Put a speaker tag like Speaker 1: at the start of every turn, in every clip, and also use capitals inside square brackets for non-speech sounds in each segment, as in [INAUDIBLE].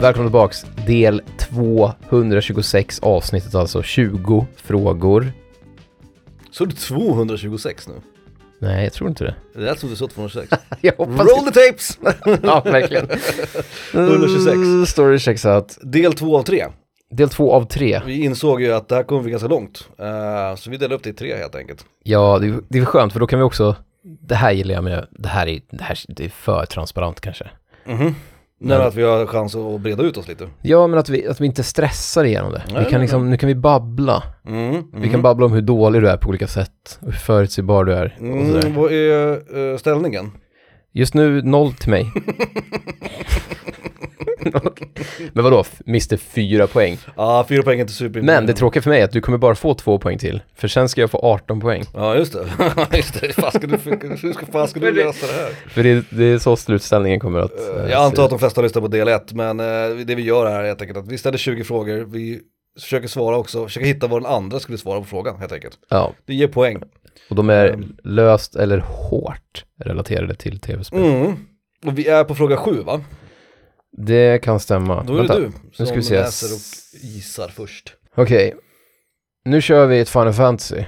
Speaker 1: Välkomna tillbaks, del 226 avsnittet alltså, 20 frågor.
Speaker 2: Så är det 226 nu?
Speaker 1: Nej, jag tror inte det. [LAUGHS]
Speaker 2: Det lät som du sa 226.
Speaker 1: Jag hoppas
Speaker 2: Roll the tapes!
Speaker 1: Ja,
Speaker 2: [LAUGHS]
Speaker 1: verkligen. Mm,
Speaker 2: 126.
Speaker 1: Story checks out.
Speaker 2: Del 2 av 3.
Speaker 1: Del två av tre.
Speaker 2: Vi insåg ju att det här kommer bli ganska långt. Eh, så vi delade upp det i tre helt enkelt.
Speaker 1: Ja, det, är- det är skönt för då kan vi också, det här gillar jag med, det här är, det här, det är för transparent kanske. Mhm.
Speaker 2: Nej, men att vi har chans att breda ut oss lite.
Speaker 1: Ja, men att vi, att vi inte stressar igenom det.
Speaker 2: Nej,
Speaker 1: vi kan
Speaker 2: nej,
Speaker 1: liksom, nu kan vi babbla.
Speaker 2: Mm, mm.
Speaker 1: Vi kan babbla om hur dålig du är på olika sätt, hur förutsägbar du är och
Speaker 2: Mm,
Speaker 1: sådär.
Speaker 2: vad är eh, ställningen?
Speaker 1: Just nu, noll till
Speaker 2: [LAUGHS]
Speaker 1: mig. men vadå, f- mister fyra poäng.
Speaker 2: Ja, fyra poäng är inte superimponerande.
Speaker 1: Men det tråkiga för mig är att du kommer bara få två poäng till, för sen ska jag få 18 poäng.
Speaker 2: Ja, just det. [LAUGHS] just det. Hur fan ska du, hur ska, fan ska du lösa det här?
Speaker 1: För det, det är så slutställningen kommer att... eh,
Speaker 2: Jag antar
Speaker 1: se
Speaker 2: att de flesta lyssnar på del 1, men eh, det vi gör här är helt enkelt att vi ställer 20 frågor, vi försöker svara också, försöker hitta vad den andra skulle svara på frågan helt enkelt.
Speaker 1: ut. Ja,
Speaker 2: Det ger poäng.
Speaker 1: och de är löst eller hårt relaterade till tv-spel.
Speaker 2: Mm. Och vi är på fråga 7 va?
Speaker 1: Det kan stämma.
Speaker 2: Då är det
Speaker 1: Vänta.
Speaker 2: du som
Speaker 1: ska vi se.
Speaker 2: läser och gissar först.
Speaker 1: Okej, nu kör vi ett Final Fantasy.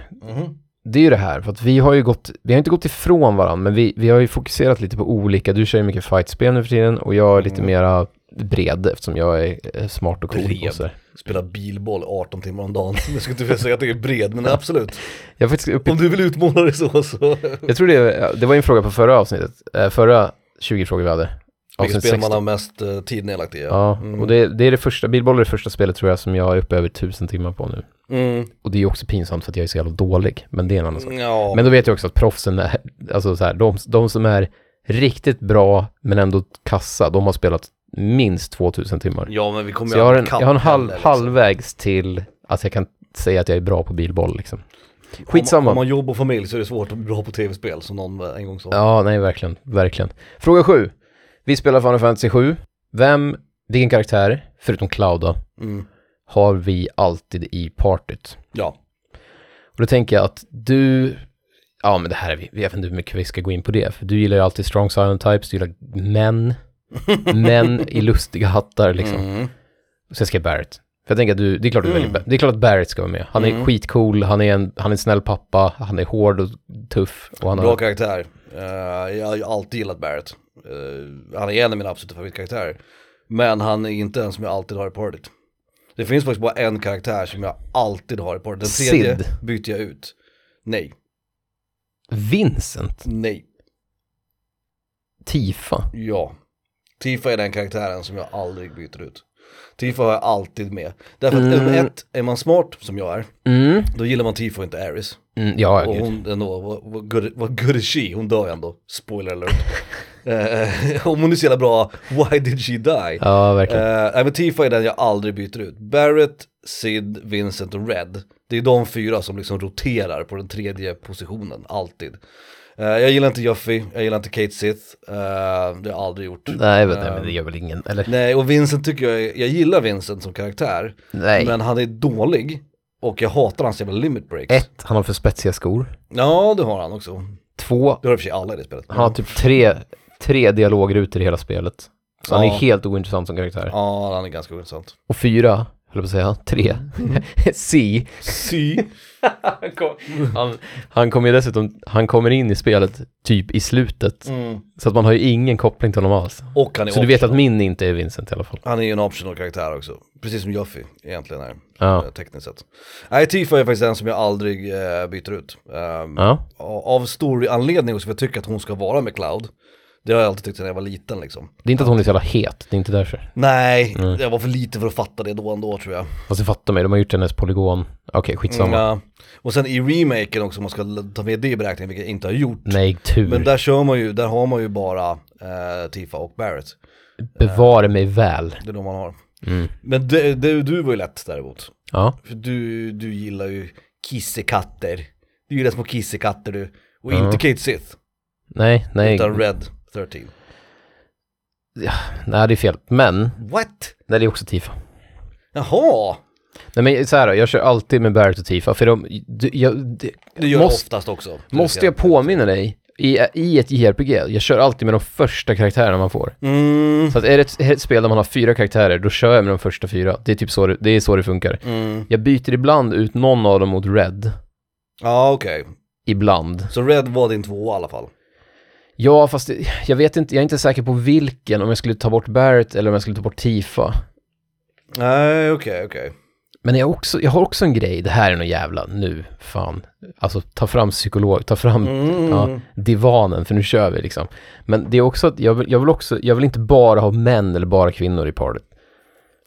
Speaker 1: Det är ju det här, för att vi har ju gått, vi har inte gått ifrån varandra, men vi, vi har ju fokuserat lite på olika. Du kör ju mycket fightspel nu för tiden och jag är lite
Speaker 2: Mm.
Speaker 1: mera bred eftersom jag är eh, smart och cool.
Speaker 2: Bred.
Speaker 1: Och sådär.
Speaker 2: Spela bilboll 18 timmar om dagen. [LAUGHS] Jag skulle inte vilja säga att det är bred, men absolut.
Speaker 1: jag, är faktiskt uppe i,
Speaker 2: Om du vill utmåla det så så.
Speaker 1: jag tror det, ja, det var ju en fråga på förra avsnittet, eh, förra 20 frågor vi hade.
Speaker 2: Vilket
Speaker 1: Avsnitt 16.
Speaker 2: spel man har Mm. mest eh, tid nedlagt i.
Speaker 1: Ja, och det, det är det första, bilboll är det första spelet tror jag som jag är uppe över tusen timmar på nu.
Speaker 2: Mm.
Speaker 1: Och det är ju också pinsamt för att jag är så jävla dålig, men det är en annan sak.
Speaker 2: Ja.
Speaker 1: Men då vet jag också att proffsen är, alltså så här, de, de som är riktigt bra men ändå kassa, de har spelat minst 2000 timmar.
Speaker 2: ja, men vi kommer
Speaker 1: Så jag har en,
Speaker 2: aldrig
Speaker 1: jag
Speaker 2: kapp
Speaker 1: har en halv,
Speaker 2: heller, liksom.
Speaker 1: halvvägs till att jag kan säga att jag är bra på bilboll liksom.
Speaker 2: Om, man- om man
Speaker 1: Skitsamma.
Speaker 2: har jobb och familj så är det svårt att bli bra på tv-spel som någon eh, en gång sa.
Speaker 1: Ja, nej, verkligen, verkligen. Fråga 7. Vi spelar Final Fantasy 7. Vem, vilken karaktär, förutom Cloud då,
Speaker 2: Mm.
Speaker 1: har vi alltid i partyt?
Speaker 2: Ja.
Speaker 1: Och då tänker jag att du, ja men det här är vi, jag vet inte hur mycket vi ska gå in på det, för du gillar ju alltid strong silent types, du gillar män, män i lustiga hattar liksom.
Speaker 2: Mm.
Speaker 1: Och sen ska jag Barrett. För jag tänker att du, det är klart, du
Speaker 2: Mm.
Speaker 1: väljer, Ba- det är klart att Barrett ska vara med. Han är
Speaker 2: Mm.
Speaker 1: skitcool, han är, en, han är en snäll pappa, han är hård och tuff. Och han
Speaker 2: Bra
Speaker 1: har,
Speaker 2: karaktär. Eh, jag har ju alltid gillat Barrett. Eh, han är en av mina absoluta favoritkaraktärer. Men han är inte en som jag alltid har i partyt. Det finns faktiskt bara en karaktär som jag alltid har i partyt. Den tredje
Speaker 1: Sid.
Speaker 2: byter jag ut. Nej,
Speaker 1: Vincent,
Speaker 2: nej,
Speaker 1: Tifa.
Speaker 2: ja. Tifa är den karaktären som jag aldrig byter ut. Tifa har jag alltid med. Därför att
Speaker 1: Mm.
Speaker 2: nummer ett, är man smart som jag är,
Speaker 1: Mm.
Speaker 2: då gillar man Tifa och inte Ares.
Speaker 1: Mm, ja,
Speaker 2: Och
Speaker 1: gud.
Speaker 2: hon ändå, vad- vad good- vad good is she? Hon dör ju ändå, spoiler alert. [LAUGHS] Eh, Om hon är så jävla bra, why did she die?
Speaker 1: ja, verkligen.
Speaker 2: Eh, nej, men Tifa är den jag aldrig byter ut. Barrett, Sid, Vincent och Red. Det är de fyra som liksom roterar på den tredje positionen, alltid. Eh, jag gillar inte Juffy, jag gillar inte Kate Sith, eh, det har jag aldrig gjort.
Speaker 1: nej, vet, nej,
Speaker 2: eh.
Speaker 1: men det gör väl ingen, eller?
Speaker 2: Nej, och Vincent tycker jag, är- jag gillar Vincent som karaktär,
Speaker 1: Nej.
Speaker 2: men han är dålig och jag hatar hans jävla limit breaks.
Speaker 1: Ett, han har för spetsiga skor.
Speaker 2: Ja, det har han också.
Speaker 1: Två,
Speaker 2: Det har i och för sig alla i det spelet.
Speaker 1: Han har typ tre, tre dialogrutor i hela spelet. Så han är
Speaker 2: Ja.
Speaker 1: helt ointressant som karaktär.
Speaker 2: Ja, han är ganska ointressant.
Speaker 1: Och fyra, höll jag på att säga, tre,
Speaker 2: Mm.
Speaker 1: [LAUGHS] Si.
Speaker 2: Si.
Speaker 1: Han, han kommer ju dessutom, han kommer in i spelet typ i slutet. Så att man har ju ingen koppling till honom alls.
Speaker 2: Och han är,
Speaker 1: Så du vet
Speaker 2: optional.
Speaker 1: att min inte är Vincent i alla fall.
Speaker 2: han är ju en optional karaktär också. Precis som Juffy egentligen är,
Speaker 1: Ja.
Speaker 2: eh, tekniskt sett. Nej, Tifa är faktiskt den som jag aldrig eh, byter ut. Ehm,
Speaker 1: Ja,
Speaker 2: a- Av stor anledning också, för jag tycker att hon ska vara med Cloud. Det har jag alltid tyckt sedan jag var liten liksom.
Speaker 1: det är inte att hon är så jävla het, det är inte därför.
Speaker 2: Nej, jag var för liten för att fatta det då ändå tror jag. Mm,
Speaker 1: Fast du fattar mig, de har gjort hennes polygon. Okej, skitsamma.
Speaker 2: Ja. Och sen i remaken också, om man ska l- ta med det i beräkningen, vilket jag inte har gjort.
Speaker 1: Nej, tur.
Speaker 2: Men där kör man ju, där har man ju bara eh, Tifa och Barrett.
Speaker 1: Bevare mig väl.
Speaker 2: Det är de man har.
Speaker 1: Mm.
Speaker 2: Men det, det, du var ju lätt däremot.
Speaker 1: Ja.
Speaker 2: För du, du gillar ju kissekatter. Du gillar små kissekatter du. Och
Speaker 1: Ja.
Speaker 2: inte Kate Sith,
Speaker 1: Nej, nej.
Speaker 2: utan Red 13.
Speaker 1: Nej, det är fel. Men,
Speaker 2: What?
Speaker 1: nej, det är också Tifa.
Speaker 2: Jaha!
Speaker 1: Nej men så här då, jag kör alltid med Barrett och Tifa, för de, du, jag, det,
Speaker 2: Det gör
Speaker 1: Måste-
Speaker 2: jag oftast också.
Speaker 1: måste jag påminna dig i, i ett JRPG, jag kör alltid med de första karaktärerna man får.
Speaker 2: Mm.
Speaker 1: Så att är det ett, ett spel där man har fyra karaktärer, då kör jag med de första fyra. Det är typ så det, det, är så det funkar.
Speaker 2: Mm.
Speaker 1: Jag byter ibland ut någon av dem mot Red.
Speaker 2: Ja, okej.
Speaker 1: Ibland.
Speaker 2: Så Red var din tvåa i alla fall.
Speaker 1: Ja, fast det, jag vet inte, jag är inte säker på vilken, om jag skulle ta bort Barrett eller om jag skulle ta bort Tifa.
Speaker 2: Nej, okej, okej.
Speaker 1: Men jag, också, jag har också en grej, det här är nog jävla nu, fan. Alltså ta fram psykolog, ta fram
Speaker 2: Mm.
Speaker 1: ja, divanen, för nu kör vi liksom. Men det är också att jag vill, jag vill också, jag vill inte bara ha män eller bara kvinnor i partyt.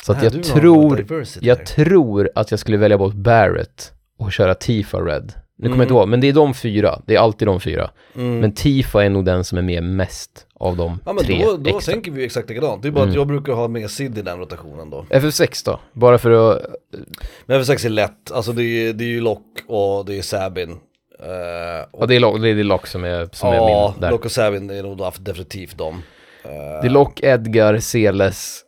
Speaker 1: Så att
Speaker 2: Nej,
Speaker 1: jag
Speaker 2: Äh, du har en bra
Speaker 1: tror,
Speaker 2: diversity
Speaker 1: jag
Speaker 2: där.
Speaker 1: tror att jag skulle välja bort Barrett och köra Tifa Red. Nu kommer jag inte ihåg, men det är de fyra, det är alltid de fyra.
Speaker 2: Mm.
Speaker 1: Men Tifa är nog den som är med mest av de
Speaker 2: Ja men
Speaker 1: tre Mm.
Speaker 2: då, då
Speaker 1: extra.
Speaker 2: tänker vi ju exakt likadant. Det är bara att jag brukar ha med Sid i den rotationen då.
Speaker 1: FF6 Eh, då, bara för att,
Speaker 2: Men FF6 är lätt, alltså det är, det är ju Lock och det är Sabin. Eh, och,
Speaker 1: ja det är Lock, det är Lock som är, som är
Speaker 2: ja,
Speaker 1: min där.
Speaker 2: Lock och Sabin är nog def- definitivt dem. Uh,
Speaker 1: Det är Lock, Edgar, Seles,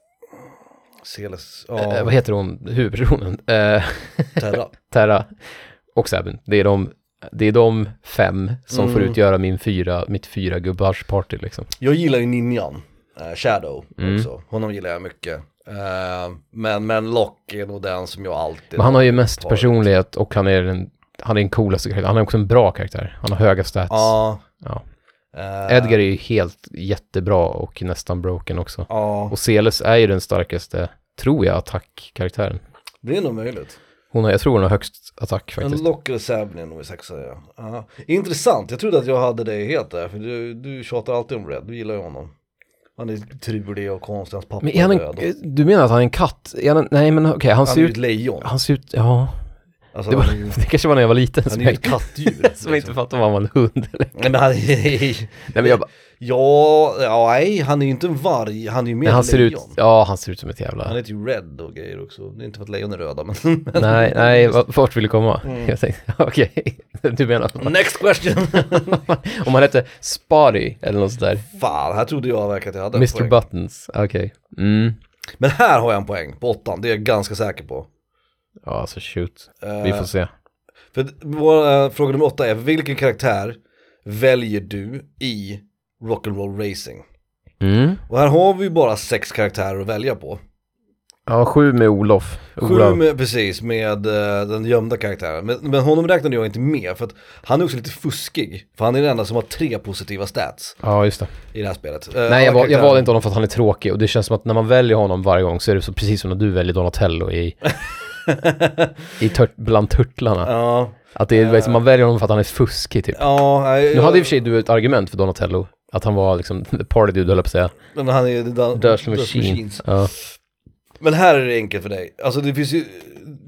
Speaker 2: Seles,
Speaker 1: eh,
Speaker 2: ja,
Speaker 1: vad heter hon, huvudpersonen? Eh, [LAUGHS]
Speaker 2: Terra.
Speaker 1: Terra och Sabin. Det är de, det är de fem som får
Speaker 2: Mm.
Speaker 1: utgöra min fyra, mitt fyra gubbars party liksom.
Speaker 2: Jag gillar ju Ninjan, eh, Shadow
Speaker 1: Mm.
Speaker 2: också. Honom gillar jag mycket. Eh, men, men Lock är nog den som jag alltid...
Speaker 1: Men han har ju mest
Speaker 2: Party.
Speaker 1: personlighet och han är den, han är den coolaste karaktären. Han är också en bra karaktär. Han har höga stats.
Speaker 2: Ja.
Speaker 1: Ja.
Speaker 2: eh,
Speaker 1: Edgar är ju helt jättebra och nästan broken också.
Speaker 2: Ja,
Speaker 1: Och Celes är ju den starkaste, tror jag, attackkaraktären.
Speaker 2: det är nog möjligt.
Speaker 1: Hon har, jag tror hon har högst attack
Speaker 2: En
Speaker 1: faktiskt.
Speaker 2: lock eller Sabin är nog i sexa ja. Ja. Intressant, jag trodde att jag hade dig helt där för du, du tjatar alltid om Red, du gillar ju honom. Han är trulig och konstig, hans pappa
Speaker 1: Men är han
Speaker 2: är död. och-
Speaker 1: en, eh, du menar att han är en katt? Är han en, nej men okej, han
Speaker 2: Han
Speaker 1: ser
Speaker 2: är ju ett
Speaker 1: ut,
Speaker 2: lejon.
Speaker 1: han ser ut, ja. [LAUGHS]
Speaker 2: Alltså,
Speaker 1: Det, var,
Speaker 2: han är ju-
Speaker 1: det kanske var när jag var liten
Speaker 2: han
Speaker 1: som
Speaker 2: är ju liksom.
Speaker 1: jag, [LAUGHS]
Speaker 2: ett kattdjur.
Speaker 1: som jag inte fattade om han var en hund eller.
Speaker 2: Nej men han [LAUGHS]
Speaker 1: Nej men jag bara,
Speaker 2: Ja, ja, nej, han är ju inte en varg, han är ju mer
Speaker 1: men han
Speaker 2: ett
Speaker 1: ser ut,
Speaker 2: lejon.
Speaker 1: ja han ser ut som ett
Speaker 2: Han
Speaker 1: jävla,
Speaker 2: heter ju Red och grejer också. Det är inte för att lejon är Mm. röda men... [LAUGHS]
Speaker 1: nej, nej, va- vart vill du komma? [LAUGHS] Jag tänkte, okej, du menar att man-
Speaker 2: Next question!
Speaker 1: om han hette Spotty eller något sånt där,
Speaker 2: Fan, här trodde jag verkligen att jag hade en
Speaker 1: Mr
Speaker 2: poäng.
Speaker 1: Buttons, okej. Mm.
Speaker 2: Men här har jag en poäng på åttan, det är jag ganska säker på.
Speaker 1: Ja alltså shoot, vi får se.
Speaker 2: För att vår, eh, fråga nummer åtta är, vilken karaktär väljer du i Rock'n'Roll Racing?
Speaker 1: Mm.
Speaker 2: Och här har vi ju bara sex karaktärer att välja på.
Speaker 1: Ja, sju med Olof.
Speaker 2: Sju
Speaker 1: Olav.
Speaker 2: med, precis, med eh, den gömda karaktären. Men, men honom räknade jag inte med, för att han är också lite fuskig. För han är den enda som har tre positiva stats
Speaker 1: Ja, just det.
Speaker 2: i det här spelet. Eh, alla
Speaker 1: Nej, jag, val, jag
Speaker 2: karaktärer-
Speaker 1: valde inte honom för att han är tråkig och det känns som att när man väljer honom varje gång så är det så precis som när du väljer Donatello i,
Speaker 2: [LAUGHS]
Speaker 1: i tört, bland turtlarna.
Speaker 2: Ja,
Speaker 1: Att det är, liksom, man väljer honom för att han är fuskig typ.
Speaker 2: ja, nej,
Speaker 1: Nu hade i och för sig du ett argument för Donatello, att han var liksom the party dude höll jag på att säga.
Speaker 2: men han är
Speaker 1: Dirty Machine. Ja.
Speaker 2: Men här är det enkelt för dig. Alltså det finns ju,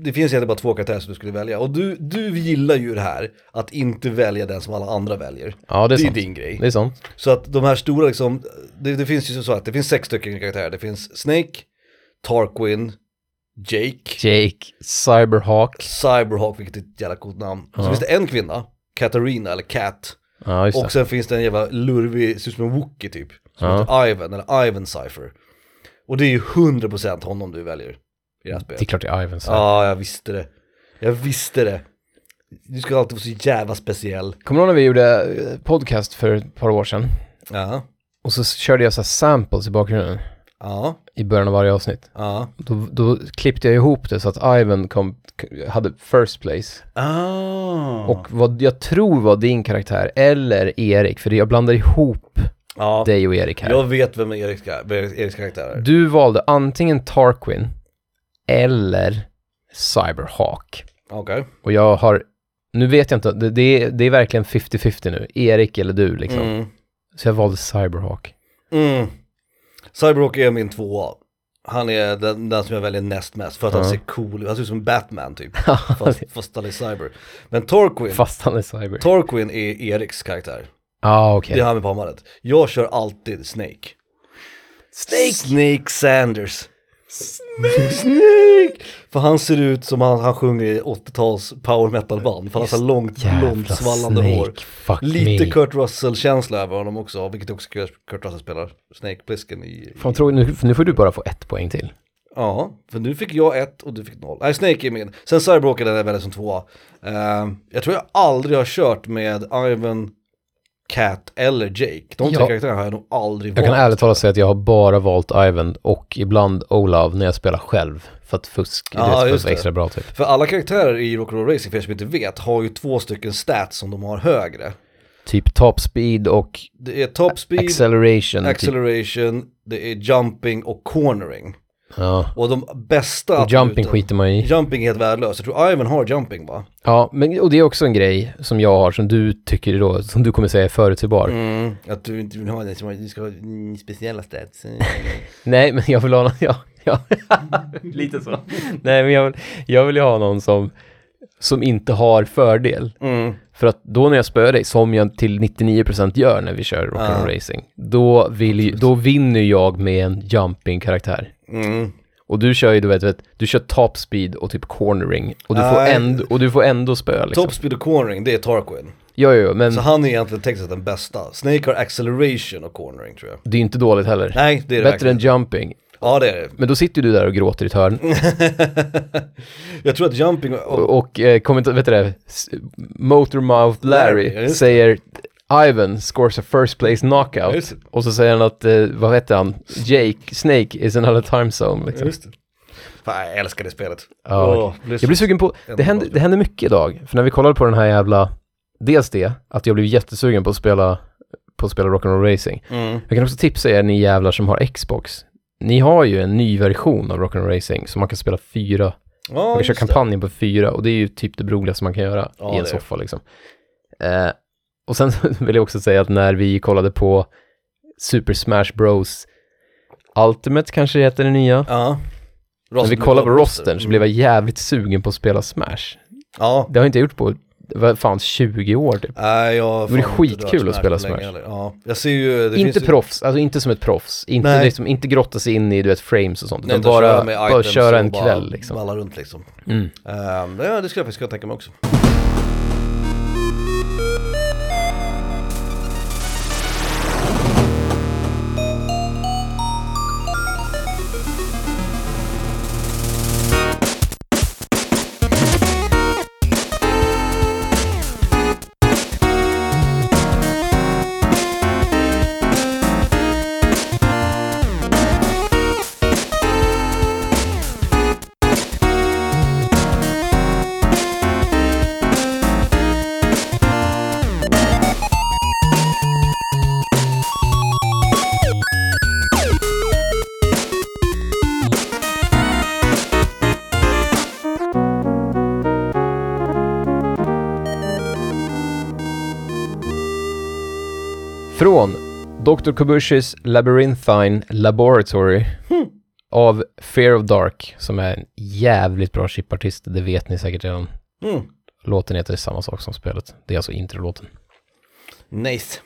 Speaker 2: det finns egentligen bara två karaktärer som du skulle välja. Och du, du gillar ju det här, att inte välja den som alla andra väljer.
Speaker 1: ja, det är
Speaker 2: Det är
Speaker 1: sant.
Speaker 2: din grej.
Speaker 1: Det är sant.
Speaker 2: Så att de här stora liksom, det, det finns ju som så att det finns sex stycken karaktärer. Det finns Snake, Tarquin, Jake,
Speaker 1: Jake, Cyberhawk.
Speaker 2: Cyberhawk, vilket är ett jävla coolt namn. Och så finns det en kvinna, Katarina eller Cat.
Speaker 1: Ja, just
Speaker 2: Och
Speaker 1: det.
Speaker 2: sen finns det en jävla lurvig, ser ut som en wookie typ. Som
Speaker 1: Ja.
Speaker 2: heter Ivan, eller Ivan Cypher. Och det är ju 100% honom du väljer i det här spelet.
Speaker 1: Det är klart det är Ivan. Så.
Speaker 2: Ja, jag visste det. Jag visste det. Du ska alltid vara så jävla speciell.
Speaker 1: Kommer du ihåg när vi gjorde eh, podcast för ett par år sedan?
Speaker 2: Ja,
Speaker 1: Och så körde jag så här samples i bakgrunden
Speaker 2: ja,
Speaker 1: i början av varje avsnitt.
Speaker 2: ja.
Speaker 1: då, då klippte jag ihop det så att Ivan kom, k- hade first place.
Speaker 2: Ah.
Speaker 1: Och vad jag tror var din karaktär, eller Erik, för jag blandar ihop
Speaker 2: ja.
Speaker 1: dig och Erik här.
Speaker 2: Jag vet vem Eriks, vem Eriks karaktär är.
Speaker 1: Du valde antingen Tarquin eller Cyberhawk.
Speaker 2: Okej.
Speaker 1: Och jag har, nu vet jag inte, det, det, är, det är verkligen 50-50 nu. Erik eller du liksom.
Speaker 2: Mm.
Speaker 1: Så jag valde Cyberhawk.
Speaker 2: Mm. Cyberhawk är min tvåa. Han är den, den som jag väljer näst mest för att han
Speaker 1: Ja.
Speaker 2: ser cool ut. Han ser ut som Batman typ. fast, fast han är cyber. Men
Speaker 1: [LAUGHS]
Speaker 2: Torquin,
Speaker 1: Fast han är Cyber. Ja,
Speaker 2: Torquin är Eriks karaktär.
Speaker 1: ah, okej.
Speaker 2: Det är han med pannbandet. Jag kör alltid Snake. Snake! Snake Sanders. Snake! För han ser ut som han, han sjunger i 80-tals power metal band. För han har så här långt blont
Speaker 1: Jävla
Speaker 2: svallande
Speaker 1: Snake,
Speaker 2: hår.
Speaker 1: fuck
Speaker 2: Lite
Speaker 1: me.
Speaker 2: Kurt Russell-känsla över honom också, vilket också Kurt Russell spelar. Snake Plissken i...
Speaker 1: Fan, tror, nu, nu får du bara få ett poäng till.
Speaker 2: Ja, för nu fick jag ett och du fick noll. Nej, Snake är min. Sen Cyberhawk är den jag väljer som tvåa. Eh, jag tror jag aldrig har kört med Ivan Cat eller Jake. De tre
Speaker 1: Ja.
Speaker 2: karaktärerna har jag nog aldrig
Speaker 1: Jag kan
Speaker 2: valt.
Speaker 1: ärligt talat säga att jag har bara valt Ivan och ibland Olav när jag spelar själv. För att fusk,
Speaker 2: Ja,
Speaker 1: det är
Speaker 2: just
Speaker 1: för
Speaker 2: det.
Speaker 1: extra bra typ.
Speaker 2: För alla karaktärer i Rock'n'Roll Racing, för er som inte vet, har ju två stycken stats som de har högre.
Speaker 1: Typ top speed och
Speaker 2: Det är top speed,
Speaker 1: acceleration. typ.
Speaker 2: acceleration, det är jumping och cornering.
Speaker 1: Ja.
Speaker 2: Och de bästa...
Speaker 1: Och jumping
Speaker 2: attributen-
Speaker 1: skiter man i.
Speaker 2: Jumping är helt värdelöst. Jag tror Ivan har jumping va?
Speaker 1: Ja, men, och det är också en grej som jag har som du tycker då, som du kommer säga är förutsägbar.
Speaker 2: Mm. Att du inte vill ha det, som att du ska ha mm, speciella stats.
Speaker 1: Nej, men jag vill ha någon, [LAUGHS] ja,
Speaker 2: [LAUGHS]
Speaker 1: ja. lite så. Nej, men jag vill, jag vill ju ha någon som, som inte har fördel.
Speaker 2: Mm.
Speaker 1: För att då när jag spöar dig, som jag till 99% gör när vi kör rock'n'roll
Speaker 2: Ja.
Speaker 1: racing, då, vill, ju- då vinner jag med en jumping-karaktär. Liksom.
Speaker 2: Mm.
Speaker 1: Och du kör ju, du vet, vet du kör top speed och typ cornering. Och du, får,
Speaker 2: Nej.
Speaker 1: änd, och du får ändå spö liksom.
Speaker 2: Top speed och cornering, det är Tarquin.
Speaker 1: Jo, jo, jo, men
Speaker 2: Så han är egentligen tekniskt den bästa. Snake har acceleration och cornering tror jag.
Speaker 1: det är inte dåligt heller.
Speaker 2: Nej, det är det
Speaker 1: Bättre än jumping.
Speaker 2: Ja, det är det.
Speaker 1: Men då sitter ju du där och gråter i ett hörn.
Speaker 2: Mm. [LAUGHS] jag tror att jumping och...
Speaker 1: Och, och eh, kommenta- vet du det, S- Motormouth Larry
Speaker 2: Larry, ja, just det.
Speaker 1: säger Ivan scores a first place knockout.
Speaker 2: Just det.
Speaker 1: Och så säger han att, eh, vad heter han, Jake, Snake is another time zone. Liksom.
Speaker 2: Just det. Fan, jag älskar det spelet.
Speaker 1: Ja,
Speaker 2: Åh,
Speaker 1: Jag blir sugen på, det händer, det händer mycket idag, för när vi kollade på den här jävla, dels det, att jag blev jättesugen på att spela, på att spela Rock'n'Roll Racing.
Speaker 2: Mm.
Speaker 1: Jag kan också tipsa er ni jävlar som har Xbox. Ni har ju en ny version av Rock'n'Roll Racing som man kan spela fyra
Speaker 2: Ja,
Speaker 1: Man kan köra
Speaker 2: just det.
Speaker 1: kampanjen på fyra och det är ju typ det roligaste man kan göra
Speaker 2: Ja,
Speaker 1: i
Speaker 2: det är
Speaker 1: en
Speaker 2: det.
Speaker 1: soffa liksom. Eh, och sen [LAUGHS] vill jag också säga att när vi kollade på Super Smash Bros Ultimate kanske heter det nya.
Speaker 2: Ja.
Speaker 1: när vi
Speaker 2: Roster-
Speaker 1: kollade på rostern så
Speaker 2: Mm.
Speaker 1: blev jag jävligt sugen på att spela Smash.
Speaker 2: Ja.
Speaker 1: Det har jag inte gjort på, vad fan, 20 år typ.
Speaker 2: Nej, jag har
Speaker 1: Det vore
Speaker 2: fan
Speaker 1: skitkul
Speaker 2: inte rört
Speaker 1: att spela
Speaker 2: länge
Speaker 1: Smash.
Speaker 2: heller. Ja, jag ser ju... Det
Speaker 1: inte
Speaker 2: finns ju-
Speaker 1: proffs, alltså inte som ett proffs. Inte,
Speaker 2: Nej.
Speaker 1: liksom, inte grotta sig in i du vet, frames och sånt.
Speaker 2: Nej,
Speaker 1: utan
Speaker 2: utan
Speaker 1: bara,
Speaker 2: med
Speaker 1: bara
Speaker 2: items
Speaker 1: köra
Speaker 2: och
Speaker 1: en
Speaker 2: bara
Speaker 1: kväll liksom.
Speaker 2: Balla runt liksom.
Speaker 1: Mm.
Speaker 2: Ehm, ja, det skulle jag faktiskt kunna tänka mig också.
Speaker 1: Från Dr. Kobushis Labyrinthine Laboratory av Fear of Dark, som är en jävligt bra chipartist, det vet ni säkert redan.
Speaker 2: Mm.
Speaker 1: Låten heter samma sak som spelet, det är alltså introlåten.
Speaker 2: Nice.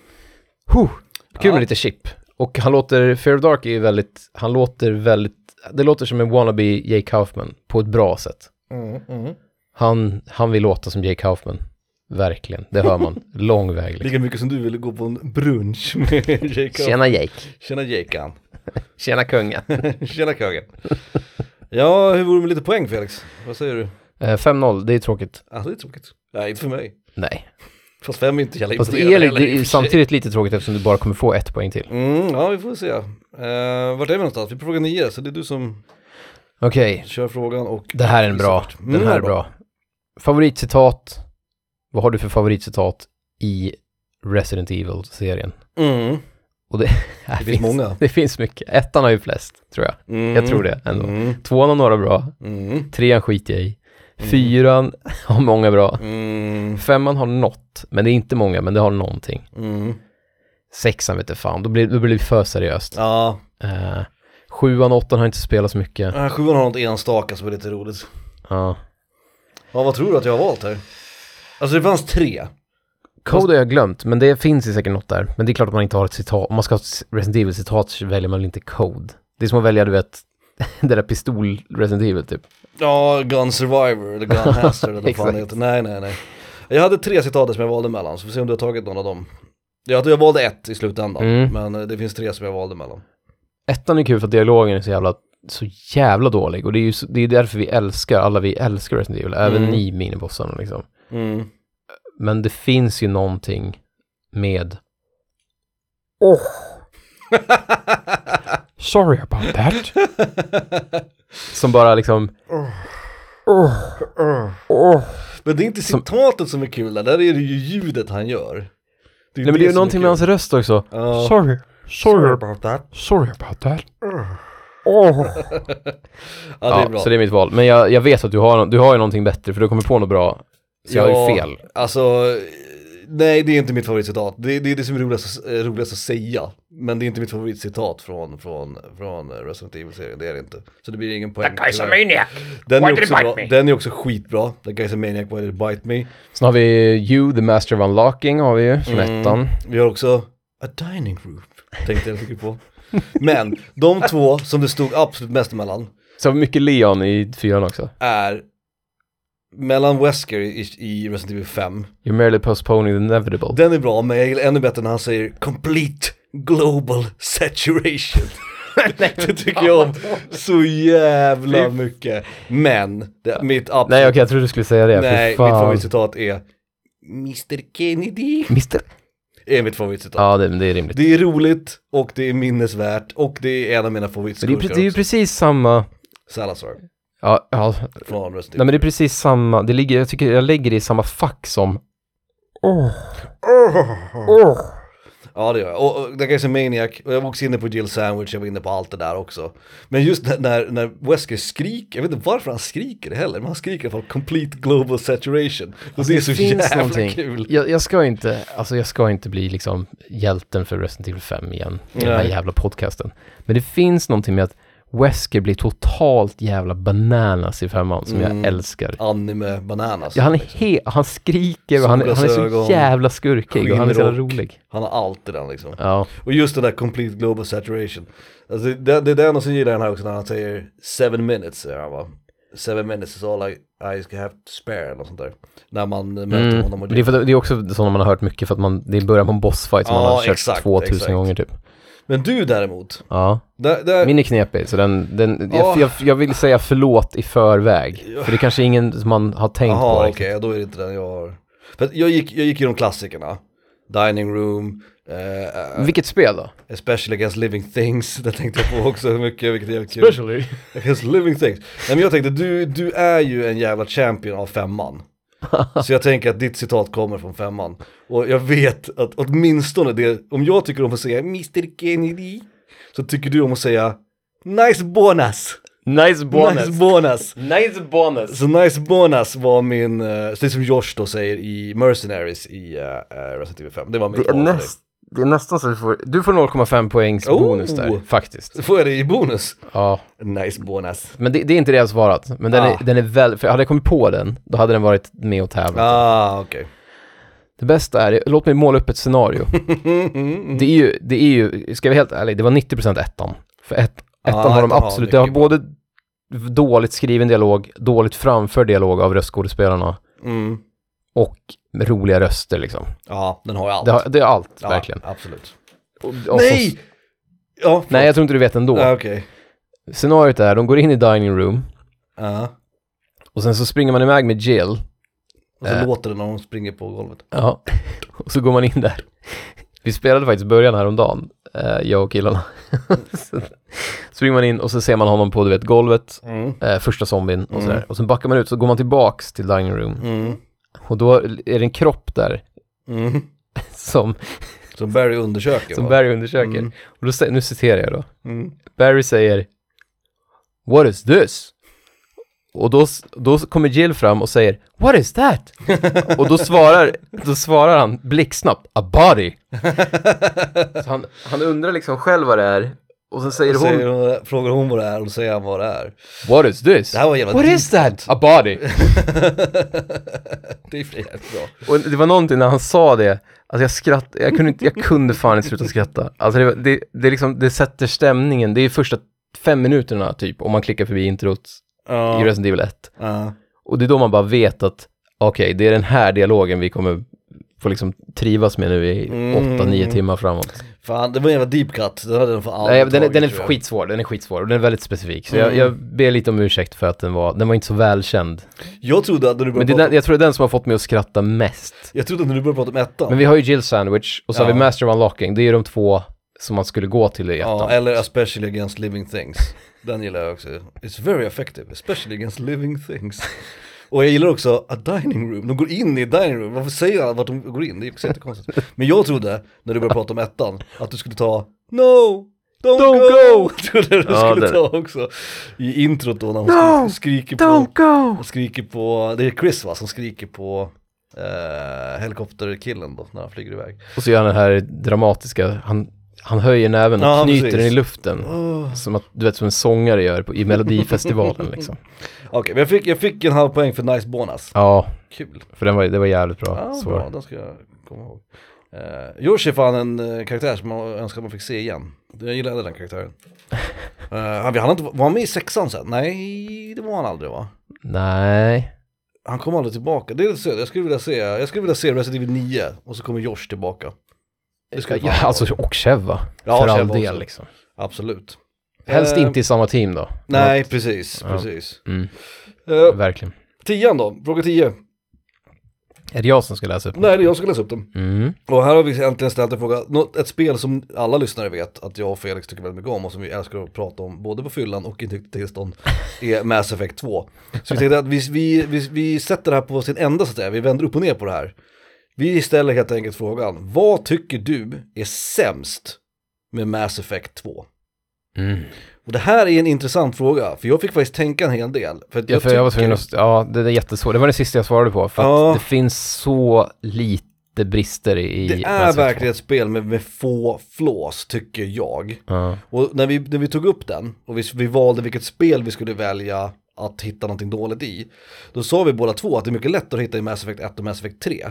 Speaker 1: Huh. Kul
Speaker 2: Ja.
Speaker 1: med lite chip. Och han låter, Fear of Dark är ju väldigt, han låter väldigt, det låter som en wannabe Jay Kaufman på ett bra sätt. Han, han vill låta som Jay Kaufman. Verkligen, det hör man. Lång väg liksom.
Speaker 2: Lika mycket som du ville gå på en brunch med Jake.
Speaker 1: Tjena Jake.
Speaker 2: Tjena Jakean.
Speaker 1: [LAUGHS] Tjena kungen.
Speaker 2: Tjena Kagen. ja, hur vore det med lite poäng Felix? Vad säger du?
Speaker 1: Eh, 5-0, Alltså, det är tråkigt.
Speaker 2: Ah, det är tråkigt. Nej, inte för mig.
Speaker 1: Nej,
Speaker 2: Fast fem är inte jävla
Speaker 1: Fast det
Speaker 2: imponerande
Speaker 1: är,
Speaker 2: heller,
Speaker 1: det
Speaker 2: i och
Speaker 1: är
Speaker 2: för
Speaker 1: ju
Speaker 2: sig.
Speaker 1: samtidigt lite tråkigt eftersom du bara kommer få ett poäng till.
Speaker 2: Mm, ja, vi får se. Uh, vart är vi någonstans? Vi är på fråga nio, så det är du som
Speaker 1: Okej,
Speaker 2: kör frågan och...
Speaker 1: det här är en bra.
Speaker 2: Säkert. Mm,
Speaker 1: Den här är bra. Favoritcitat. Vad har du för favoritcitat i Resident Evil-serien?
Speaker 2: Mm.
Speaker 1: Och det, här
Speaker 2: Det finns många.
Speaker 1: [LAUGHS] Det finns mycket. Ettan har ju flest, tror jag.
Speaker 2: Mm.
Speaker 1: Jag tror det ändå.
Speaker 2: Mm.
Speaker 1: Tvåan har några bra.
Speaker 2: Mm.
Speaker 1: Trean skiter jag i. Fyran har många bra.
Speaker 2: Mm.
Speaker 1: Femman har något, men det är inte många, men det har någonting.
Speaker 2: Mm.
Speaker 1: Sexan vet jag fan, då blir, då blir det för seriöst.
Speaker 2: Ja,
Speaker 1: Eh, sjuan och åttan har inte spelat så mycket.
Speaker 2: äh, sjuan har något enstaka som är lite roligt.
Speaker 1: Ja.
Speaker 2: Ja, vad tror du att jag har valt här? Alltså det fanns tre.
Speaker 1: Code har jag glömt, men det finns ju säkert något där. Men det är klart att man inte har ett citat. Om man ska ha ett Resident Evil-citat så väljer man väl inte Code. Det är som att välja, du vet, [LAUGHS] det där pistol-Resident Evil typ.
Speaker 2: Ja, Gun Survivor eller Gun
Speaker 1: [LAUGHS]
Speaker 2: Hazard eller vad fan det
Speaker 1: Exakt.
Speaker 2: heter. Nej, nej, nej. Jag hade tre citat som jag valde mellan, så vi får se om du har tagit någon av dem. Jag, jag valde ett i slutändan,
Speaker 1: Mm.
Speaker 2: men eh, det finns tre som jag valde mellan.
Speaker 1: Ettan är kul för att dialogen är så jävla, så jävla dålig. Och det är ju så, det är därför vi älskar, alla vi älskar Resident Evil, även
Speaker 2: Mm.
Speaker 1: ni minibossarna liksom.
Speaker 2: Mm.
Speaker 1: Men det finns ju någonting med Oh. Sorry about [LAUGHS] that. Som bara liksom... Oh. Oh.
Speaker 2: Men det är inte citatet som är kul, där där är det ju ljudet han gör. Det
Speaker 1: Nej men det är ju
Speaker 2: som
Speaker 1: någonting med
Speaker 2: kul.
Speaker 1: hans röst också.
Speaker 2: Ja.
Speaker 1: Sorry. Sorry.
Speaker 2: about that.
Speaker 1: Sorry about that. Oh.
Speaker 2: Ja, det är
Speaker 1: Ja,
Speaker 2: bra.
Speaker 1: så det är mitt val. Men jag, jag vet att du har, du har ju någonting bättre för du kommer på något bra. Så jag har ju fel.
Speaker 2: Alltså, nej det är inte mitt favoritcitat. Det, det är det som är roligast, eh, roligast att säga. Men det är inte mitt favoritcitat från, från, från eh, Resident Evil-serien, det är det inte. Så det blir ingen poäng. tyvärr.
Speaker 3: maniac.
Speaker 2: Den
Speaker 3: Why did
Speaker 2: är,
Speaker 3: it
Speaker 2: också
Speaker 3: bite
Speaker 2: bra.
Speaker 3: me?
Speaker 2: den är också skitbra. That guy's a maniac, why did it bite me?
Speaker 1: Sen har vi You, The Master of Unlocking har vi ju från
Speaker 2: Mm.
Speaker 1: ettan.
Speaker 2: Vi har också a dining room, tänkte jag
Speaker 1: [LAUGHS]
Speaker 2: mycket på. Men de två som det stod absolut mest emellan
Speaker 1: Så har vi mycket Leon i fyran också.
Speaker 2: är mellan Wesker i, i Resident Evil 5
Speaker 1: You're merely postponing the inevitable.
Speaker 2: Den är bra, men jag gillar ännu bättre när han säger complete global
Speaker 1: [LAUGHS]
Speaker 2: saturation. [LAUGHS] det tycker jag om så jävla mycket. Men, det, mitt absolut,
Speaker 1: Nej okej, jag trodde du skulle säga det. Fy
Speaker 2: nej mitt
Speaker 1: fan.
Speaker 2: favoritcitat är Mr Kennedy.
Speaker 1: Mister...
Speaker 2: Är mitt favoritcitat.
Speaker 1: Ja, det, men det är rimligt.
Speaker 2: Det är roligt och det är minnesvärt och det är en av mina
Speaker 1: Men det, är, pre-
Speaker 2: favoritskurkar
Speaker 1: det är ju
Speaker 2: också.
Speaker 1: precis samma...
Speaker 2: Salazar
Speaker 1: Ja, ja.
Speaker 2: från Resident
Speaker 1: Nej men
Speaker 2: Evil.
Speaker 1: det är precis samma... Det ligger, jag tycker jag lägger det i samma fack som...
Speaker 2: Ja det gör jag. Och, och The Guys Maniac, och jag var också inne på Jill Sandwich, jag var inne på allt det där också. Men just när, när, när Wesker skriker, jag vet inte varför han skriker det heller, men han skriker i alla fall complete global saturation. Och det är
Speaker 1: Alltså,
Speaker 2: så jävla kul.
Speaker 1: Jag, jag ska inte, alltså jag ska inte bli liksom hjälten för Resident Evil 5 igen i den här
Speaker 2: Nej.
Speaker 1: jävla podcasten. Men det finns någonting med att Wesker blir totalt jävla bananas i femman som
Speaker 2: Mm.
Speaker 1: jag älskar.
Speaker 2: Anime bananas.
Speaker 1: Ja, han, är he- han skriker och han, han är
Speaker 2: Solglasögon,
Speaker 1: så jävla skurkig och han är så jävla
Speaker 2: skinnrock.
Speaker 1: rolig.
Speaker 2: Han har allt i den liksom.
Speaker 1: Ja,
Speaker 2: Och just den där complete global saturation. Alltså, det, det är den och så gillar jag den här också när han säger seven minutes, säger han va. Seven minutes is all I, I have to spare, eller något sånt där. När man möter
Speaker 1: mm.
Speaker 2: honom och
Speaker 1: Men det, är för, att- det är också sådana man har hört mycket för att man, det är början på en bossfight som
Speaker 2: Ja,
Speaker 1: man har kört
Speaker 2: exakt,
Speaker 1: 2000
Speaker 2: exakt.
Speaker 1: gånger typ.
Speaker 2: Men du däremot,
Speaker 1: Ja.
Speaker 2: där, där,
Speaker 1: Min är knepig, så den, den,
Speaker 2: Ja.
Speaker 1: jag, jag, jag vill säga förlåt i förväg. För det kanske är ingen som man har tänkt
Speaker 2: Jaha,
Speaker 1: på. liksom.
Speaker 2: okej,
Speaker 1: riktigt.
Speaker 2: då är det inte den jag har. För att jag gick, jag gick igenom klassikerna. Dining room, eh,
Speaker 1: Vilket spel då?
Speaker 2: especially against living things, [LAUGHS] det tänkte jag på också hur mycket, vilket är jävligt kul.
Speaker 1: Specially.
Speaker 2: Against living things. Nej men jag tänkte, du, du är ju en jävla champion
Speaker 1: [LAUGHS]
Speaker 2: av femman. Så jag tänker att ditt citat kommer från femman. Och jag vet att åtminstone det, om jag tycker om att säga Mr Kennedy, så tycker du om att säga Nice bonus!
Speaker 1: Nice bonus.
Speaker 2: Nice bonus!
Speaker 1: Nice bonus.
Speaker 2: Så Nice Bonas var min, eh, det som Josh då säger i Mercenaries i eh, eh, Resident Evil 5. Det var mitt val för dig.
Speaker 1: det är nästan så du får, du får 0,5 poängs
Speaker 2: Oh!
Speaker 1: bonus där, faktiskt.
Speaker 2: Så får jag det i bonus.
Speaker 1: Ja,
Speaker 2: Nice Bonas.
Speaker 1: men det, det är inte det jag svarat. Men den,
Speaker 2: Ah.
Speaker 1: är, den är väl, för hade jag kommit på den, då hade den varit med och tävlat.
Speaker 2: Ah, okej. [LAUGHS]
Speaker 1: Det bästa är, låt mig måla upp ett scenario.
Speaker 2: Mm,
Speaker 1: det, är ju, det är ju, ska jag vara helt ärlig, det var 90% ettan. För ett, ettan har de
Speaker 2: ettan har
Speaker 1: absolut, det
Speaker 2: mycket
Speaker 1: har både dåligt skriven dialog, dåligt framförd dialog av röstskådespelarna
Speaker 2: Mm.
Speaker 1: och med roliga röster liksom.
Speaker 2: Ja, den har jag allt.
Speaker 1: Det, har, det är allt,
Speaker 2: ja,
Speaker 1: verkligen.
Speaker 2: Absolut.
Speaker 1: Och
Speaker 2: Nej!
Speaker 1: så-
Speaker 2: Ja, förlåt.
Speaker 1: nej, jag tror inte du vet ändå.
Speaker 2: Ah, okej.
Speaker 1: Scenariot är, de går in i dining room
Speaker 2: Ja.
Speaker 1: och sen så springer man iväg med Jill.
Speaker 2: Och så
Speaker 1: Eh.
Speaker 2: låter det när de springer på golvet.
Speaker 1: Ja, [LAUGHS] och så går man in där. Vi spelade faktiskt början häromdagen, eh, jag och killarna. [LAUGHS] så springer man in och så ser man honom på, du vet, golvet,
Speaker 2: Mm.
Speaker 1: eh, första zombien och
Speaker 2: Mm.
Speaker 1: sådär. Och sen backar man ut, så går man tillbaks till dining room.
Speaker 2: Mm.
Speaker 1: Och då är det en kropp där
Speaker 2: Mm.
Speaker 1: som,
Speaker 2: Som Barry undersöker
Speaker 1: som
Speaker 2: va?
Speaker 1: Barry undersöker.
Speaker 2: Mm.
Speaker 1: Och då, sä- nu citerar jag då.
Speaker 2: Mm.
Speaker 1: Barry säger What is this? Och då, s- då kommer Jill fram och säger What is that? [LAUGHS] och då svarar, då svarar han blixtsnabbt A [LAUGHS] body. Så han, han undrar liksom själv vad det är. Och sen säger hon
Speaker 2: Säger hon, frågar hon vad det är och då säger han vad det är.
Speaker 1: What is this?
Speaker 2: Det här var jävla
Speaker 1: What is that? A body.
Speaker 2: [LAUGHS] Det är för jävligt bra.
Speaker 1: Och det var någonting när han sa det, alltså jag skrattade, jag kunde, inte, jag kunde fan inte sluta skratta. Alltså det, var- det, det, är liksom, det sätter stämningen, det är första fem minuterna typ, om man klickar förbi introt i
Speaker 2: Ja.
Speaker 1: Resident Evil 1.
Speaker 2: Ja.
Speaker 1: Och det är då man bara vet att, okej, det är den här dialogen vi kommer få liksom trivas med nu i
Speaker 2: Mm.
Speaker 1: 8-9 timmar framåt.
Speaker 2: Fan, det var en jävla deep cut. Den hade den för aldrig
Speaker 1: Nej, den, är-
Speaker 2: tagit,
Speaker 1: den är
Speaker 2: tror jag.
Speaker 1: skitsvår, den är skitsvår och den är väldigt specifik. Så jag,
Speaker 2: Mm.
Speaker 1: jag ber lite om ursäkt för att den var, den var inte så välkänd.
Speaker 2: Jag trodde att när du
Speaker 1: Men det
Speaker 2: började,
Speaker 1: är
Speaker 2: prata,
Speaker 1: den, jag tror det är den som har fått mig att skratta mest.
Speaker 2: jag trodde att när du började prata om ettan.
Speaker 1: Men vi har ju Jill Sandwich och så har
Speaker 2: Ja.
Speaker 1: vi Master of Unlocking, det är ju de två som man skulle gå till i ettan.
Speaker 2: Ja, eller especially against living things. Den gillar jag också. It's very effective, especially against living [LAUGHS] things. Och jag gillar också a dining room, de går in i dining room, varför säger alla vart de går in? Det är också jättekonstigt. Men jag trodde, när du började prata om ettan, att du skulle ta No! Don't,
Speaker 1: Don't
Speaker 2: go! Trodde [LAUGHS] jag du
Speaker 1: Ja,
Speaker 2: skulle
Speaker 1: det-
Speaker 2: ta också. I introt då när hon skri- skriker på,
Speaker 1: go!
Speaker 2: hon skriker på, det är Chris va, som skriker på eh, helikopterkillen då, när han flyger iväg.
Speaker 1: Och så gör han det här dramatiska, han, han höjer näven och
Speaker 2: Ja,
Speaker 1: knyter
Speaker 2: precis.
Speaker 1: den i luften.
Speaker 2: Oh.
Speaker 1: Som att, du vet, som en sångare gör på, i Melodifestivalen
Speaker 2: [LAUGHS]
Speaker 1: liksom.
Speaker 2: Okej, men jag fick, jag fick en halv poäng för nice bonus.
Speaker 1: Ja,
Speaker 2: Kul.
Speaker 1: för den var, det var jävligt bra.
Speaker 2: Ja,
Speaker 1: Svår.
Speaker 2: bra, den ska jag komma ihåg. Uh, Yoshi är fan en eh, karaktär som man önskar man fick se igen. Jag gillade
Speaker 1: [LAUGHS]
Speaker 2: den karaktären. Eh, han, han inte, var han med i sexan sen? Nej, det var han aldrig va?
Speaker 1: Nej,
Speaker 2: Han kom aldrig tillbaka. Det är lite synd, jag skulle vilja se, jag skulle vilja se Resident Evil 9 och så kommer Josh tillbaka. Det skulle
Speaker 1: ja,
Speaker 2: fan vara-
Speaker 1: alltså och Cheva.
Speaker 2: Ja,
Speaker 1: för all
Speaker 2: Chev
Speaker 1: del
Speaker 2: också.
Speaker 1: liksom.
Speaker 2: Absolut.
Speaker 1: Helst
Speaker 2: Eh,
Speaker 1: inte i samma team då.
Speaker 2: Nej, precis,
Speaker 1: Ja.
Speaker 2: precis.
Speaker 1: Mm,
Speaker 2: Eh,
Speaker 1: verkligen.
Speaker 2: tian då, fråga 10.
Speaker 1: Är det jag som ska läsa upp?
Speaker 2: Nej, det är jag som ska läsa upp den.
Speaker 1: Mm.
Speaker 2: Och här har vi äntligen ställt en fråga, Nå- ett spel som alla lyssnare vet att jag och Felix tycker väldigt mycket om och som vi älskar att prata om både på fyllan och i nykter tillstånd
Speaker 1: [LAUGHS]
Speaker 2: är Mass Effect 2. Så vi tänkte att vi, vi, vi, vi sätter det här på sin ända så att säga, vi vänder upp och ner på det här. Vi ställer helt enkelt frågan, vad tycker du är sämst med Mass Effect 2?
Speaker 1: Mm.
Speaker 2: Och det här är en intressant fråga, för jag fick faktiskt tänka en hel del. För att
Speaker 1: Ja, för jag var tvungen
Speaker 2: tycker-
Speaker 1: att, ja, det är jättesvårt. Det var det sista jag svarade på. För att
Speaker 2: Ja.
Speaker 1: det finns så lite brister i...
Speaker 2: Det
Speaker 1: Mass
Speaker 2: är
Speaker 1: Effect
Speaker 2: verkligen ett spel med, med få flås, tycker jag.
Speaker 1: 2. Ja.
Speaker 2: Och när vi, när vi tog upp den och vi, vi valde vilket spel vi skulle välja att hitta någonting dåligt i, då sa vi båda två att det är mycket lättare att hitta i Mass Effect 1 och Mass Effect 3.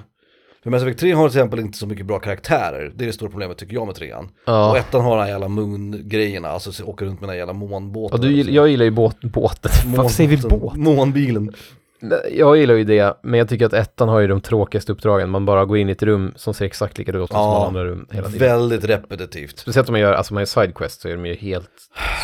Speaker 2: För Mass Effect 3 har till exempel inte så mycket bra karaktärer, det är det stora problemet tycker jag med trean.
Speaker 1: Ja.
Speaker 2: Och ettan har de här jävla moon-grejerna, alltså så- åker runt med den här jävla månbåten.
Speaker 1: Ja, du, gill- jag gillar ju båt, båten. [LAUGHS] Varför säger vi båt?
Speaker 2: Månbilen.
Speaker 1: Nej, Jag gillar ju det, men jag tycker att ettan har ju de tråkigaste uppdragen. Man bara går in i ett rum som ser exakt likadant ut som
Speaker 2: Ja.
Speaker 1: alla andra rum hela tiden.
Speaker 2: Väldigt repetitivt.
Speaker 1: Speciellt om man gör, alltså man gör sidequest så är de ju helt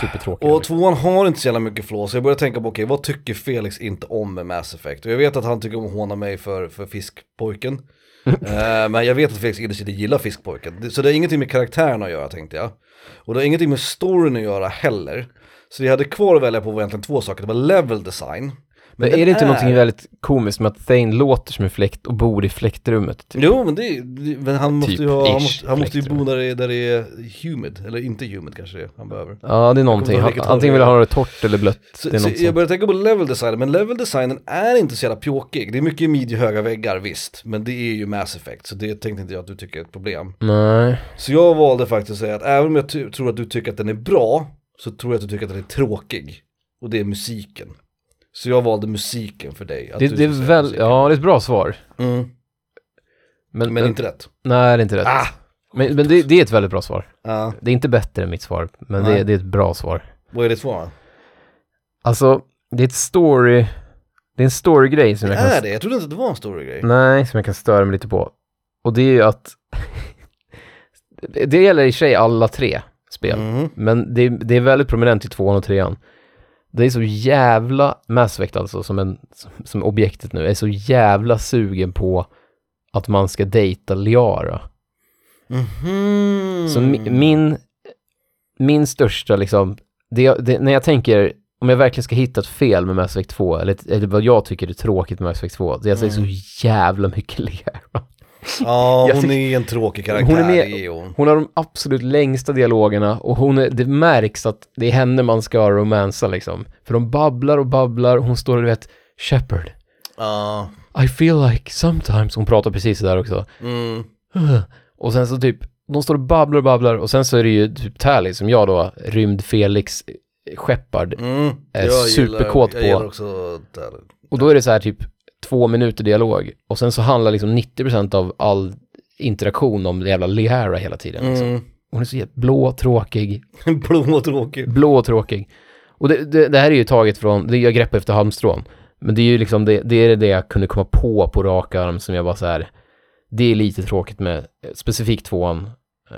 Speaker 1: supertråkiga. Liksom.
Speaker 2: Och tvåan har inte så jävla mycket flås, så jag började tänka på okej, vad tycker Felix inte om med Mass Effect? Och jag vet att han tycker om att håna mig för, för fiskpojken.
Speaker 1: [LAUGHS]
Speaker 2: Eh, men jag vet att Felix innerst inne gillar fiskpojken. Det- Så det har ingenting med karaktären att göra tänkte jag. Och det har ingenting med storyn att göra heller. Så vi hade kvar att välja på var egentligen två saker, det var level design.
Speaker 1: men
Speaker 2: den
Speaker 1: är det inte någonting väldigt komiskt med att Thane låter som en fläkt och bor i fläktrummet? Typ?
Speaker 2: Jo men, det, är- det- men han måste
Speaker 1: Typ
Speaker 2: ju, ha, han
Speaker 1: ish
Speaker 2: måste, han måste ju bo
Speaker 1: fläktrummet.
Speaker 2: där det, är- där det är humid, eller inte humid kanske det är han behöver.
Speaker 1: Ja, det är någonting.
Speaker 2: ihåg
Speaker 1: Han,
Speaker 2: vilket håll
Speaker 1: antingen
Speaker 2: det
Speaker 1: vill
Speaker 2: är.
Speaker 1: han ha det torrt eller blött.
Speaker 2: Så,
Speaker 1: det är
Speaker 2: så
Speaker 1: något
Speaker 2: jag
Speaker 1: sånt.
Speaker 2: började tänka på level designen, men level designen är inte så jävla pjåkig. Det är mycket midje höga väggar, visst. Men det är ju Mass Effect, så det tänkte inte jag att du tycker är ett problem.
Speaker 1: Nej.
Speaker 2: Så jag valde faktiskt att säga att även om jag ty- tror att du tycker att den är bra, så tror jag att du tycker att den är tråkig. Och det är musiken. Så jag valde musiken för dig. att
Speaker 1: Det,
Speaker 2: du
Speaker 1: det
Speaker 2: skulle
Speaker 1: är
Speaker 2: säga
Speaker 1: väl,
Speaker 2: musiken.
Speaker 1: ja, det är ett bra svar.
Speaker 2: Mm.
Speaker 1: Men,
Speaker 2: Men
Speaker 1: men
Speaker 2: inte rätt.
Speaker 1: nej, det är inte rätt.
Speaker 2: Ah!
Speaker 1: Men, men det, det är ett väldigt bra svar.
Speaker 2: Ja,
Speaker 1: Det är inte bättre än mitt svar, men det,
Speaker 2: Nej.
Speaker 1: det är ett bra svar.
Speaker 2: vad är det tvåan?
Speaker 1: Alltså, det är ett story... Det är en story-grej som
Speaker 2: Det
Speaker 1: jag kan...
Speaker 2: är det? Jag trodde inte att det var en stor grej.
Speaker 1: Nej, som jag kan störa mig lite på. Och det är ju att... [LAUGHS] det gäller i och för sig alla tre spel.
Speaker 2: Mhm.
Speaker 1: Men det, det är väldigt prominent i tvåan och trean. Det är så jävla Mass Effect alltså, som, en, som, som objektet nu, är så jävla sugen på att man ska dejta Liara.
Speaker 2: Mhm.
Speaker 1: Så mi, min, min största liksom, det, det, när jag tänker, om jag verkligen ska hitta ett fel med Mass Effect 2, eller, ett- eller vad jag tycker är tråkigt med Mass Effect 2, det är att det är så jävla mycket [LAUGHS] Liara.
Speaker 2: Ja,
Speaker 1: Jag
Speaker 2: hon
Speaker 1: tyck-
Speaker 2: är en tråkig karaktär.
Speaker 1: Hon är med-
Speaker 2: det hon.
Speaker 1: Hon har de absolut längsta dialogerna och hon är, det märks att det är henne man ska romansa liksom. För de babblar och babblar och hon står och du vet, Shepard,
Speaker 2: Ja.
Speaker 1: I feel like sometimes, hon pratar precis sådär också.
Speaker 2: Mm.
Speaker 1: Och sen så typ, de står och babblar och babblar och sen så är det ju typ Tally som jag då, rymd Felix eh, Shepard.
Speaker 2: Mm.
Speaker 1: är superkåt
Speaker 2: jag gillar
Speaker 1: på.
Speaker 2: också där.
Speaker 1: Och då är det så här typ två minuter dialog och sen så handlar liksom 90% av all interaktion om det jävla Lehara hela tiden. Liksom.
Speaker 2: Mm.
Speaker 1: Hon är så jävla blå, tråkig,
Speaker 2: Liksom. [LAUGHS] Blom och tråkig.
Speaker 1: blå och tråkig. Och det, det, det här är ju taget från, det är jag grepp efter halmstrån. Men det är ju liksom, det, det är det jag kunde komma på på rak arm som jag bara så här, det är lite tråkigt med, eh, specifikt tvåan,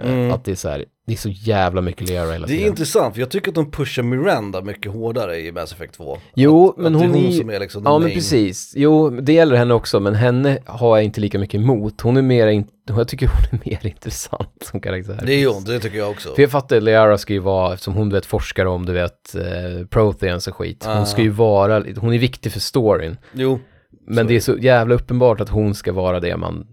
Speaker 1: Eh, Att det är så här, det är så jävla mycket Leara hela
Speaker 2: Mm. Det är
Speaker 1: tiden.
Speaker 2: intressant, för jag tycker att de pushar Miranda mycket hårdare i Mass Effect 2.
Speaker 1: Jo,
Speaker 2: att
Speaker 1: men
Speaker 2: det är
Speaker 1: hon,
Speaker 2: hon
Speaker 1: är ju-
Speaker 2: som är liksom
Speaker 1: Ja,
Speaker 2: the
Speaker 1: men
Speaker 2: main.
Speaker 1: precis. Jo, det gäller henne också, men henne har jag inte lika mycket emot. Hon är mer, in... jag tycker hon är mer [LAUGHS] intressant som karaktär.
Speaker 2: Det är ju hon, det tycker jag också.
Speaker 1: För jag fattar, Leara ska ju vara, eftersom hon du vet forskar om, du vet, eh, Protheans och skit. Hon
Speaker 2: Ah.
Speaker 1: ska ju vara, hon är viktig för storyn.
Speaker 2: Jo,
Speaker 1: Men det är så jävla uppenbart att hon ska vara det man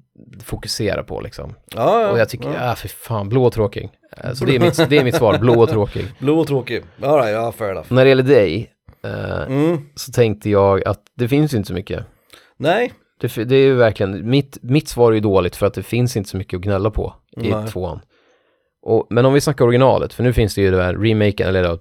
Speaker 1: fokuserar på liksom.
Speaker 2: ja, ja.
Speaker 1: Och jag tycker, ah för fan, blå och tråkig. Eh, Så det är mitt, det är mitt svar, blå och tråkig.
Speaker 2: Blå och tråkig. All right, ja, fair enough.
Speaker 1: Och [LAUGHS] när det gäller dig, eh,
Speaker 2: Mm.
Speaker 1: så tänkte jag att det finns ju inte så mycket.
Speaker 2: Nej,
Speaker 1: Det, fi- det är ju verkligen, mitt, mitt svar är ju dåligt för att det finns inte så mycket att gnälla på i
Speaker 2: Nej.
Speaker 1: tvåan. Och, men om vi snackar originalet, för nu finns det ju den här remaken, eller då,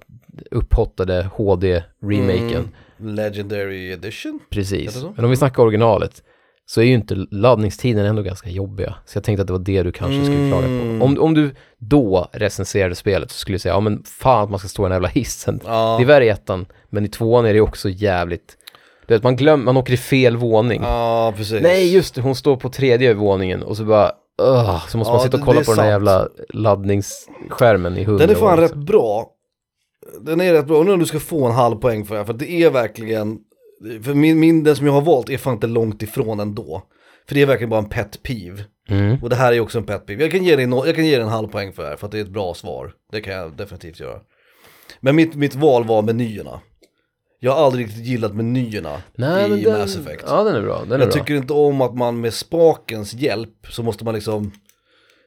Speaker 1: upphottade HD-remaken,
Speaker 2: Mm. Legendary Edition.
Speaker 1: precis.
Speaker 2: Heter det så?
Speaker 1: Men om vi snackar originalet, så är ju inte laddningstiden ändå ganska jobbiga. Så jag tänkte att det var det du kanske skulle klaga
Speaker 2: Mm.
Speaker 1: på. Om, om du då recenserade spelet så skulle du säga, ja men fan att man ska stå i den här jävla hissen.
Speaker 2: Ja,
Speaker 1: Det är värre i ettan, men i tvåan är det också jävligt... Du vet, man glömmer, man åker i fel våning.
Speaker 2: ja precis.
Speaker 1: Nej, just det, hon står på tredje våningen och så bara... "Ugh", så måste
Speaker 2: Ja,
Speaker 1: man sitta och
Speaker 2: det-
Speaker 1: kolla
Speaker 2: det är
Speaker 1: på den här
Speaker 2: sant.
Speaker 1: jävla laddningsskärmen i hundra
Speaker 2: Den är fan
Speaker 1: år.
Speaker 2: rätt bra. Den är rätt bra, undrar om du ska få en halv poäng för det här, för det är verkligen, för min, min, den som jag har valt är fan inte långt ifrån ändå. För det är verkligen bara en pet peeve.
Speaker 1: Mm.
Speaker 2: Och det här är också en pet peeve. Jag kan ge dig, nå- jag kan ge dig en halv poäng för det här, för att det är ett bra svar. Det kan jag definitivt göra. Men mitt, mitt val var menyerna. Jag har aldrig riktigt gillat menyerna
Speaker 1: Nej, men
Speaker 2: i
Speaker 1: den,
Speaker 2: Mass Effect.
Speaker 1: Ja, den är bra. Den är
Speaker 2: Jag
Speaker 1: bra.
Speaker 2: tycker inte om att man med spakens hjälp så måste man liksom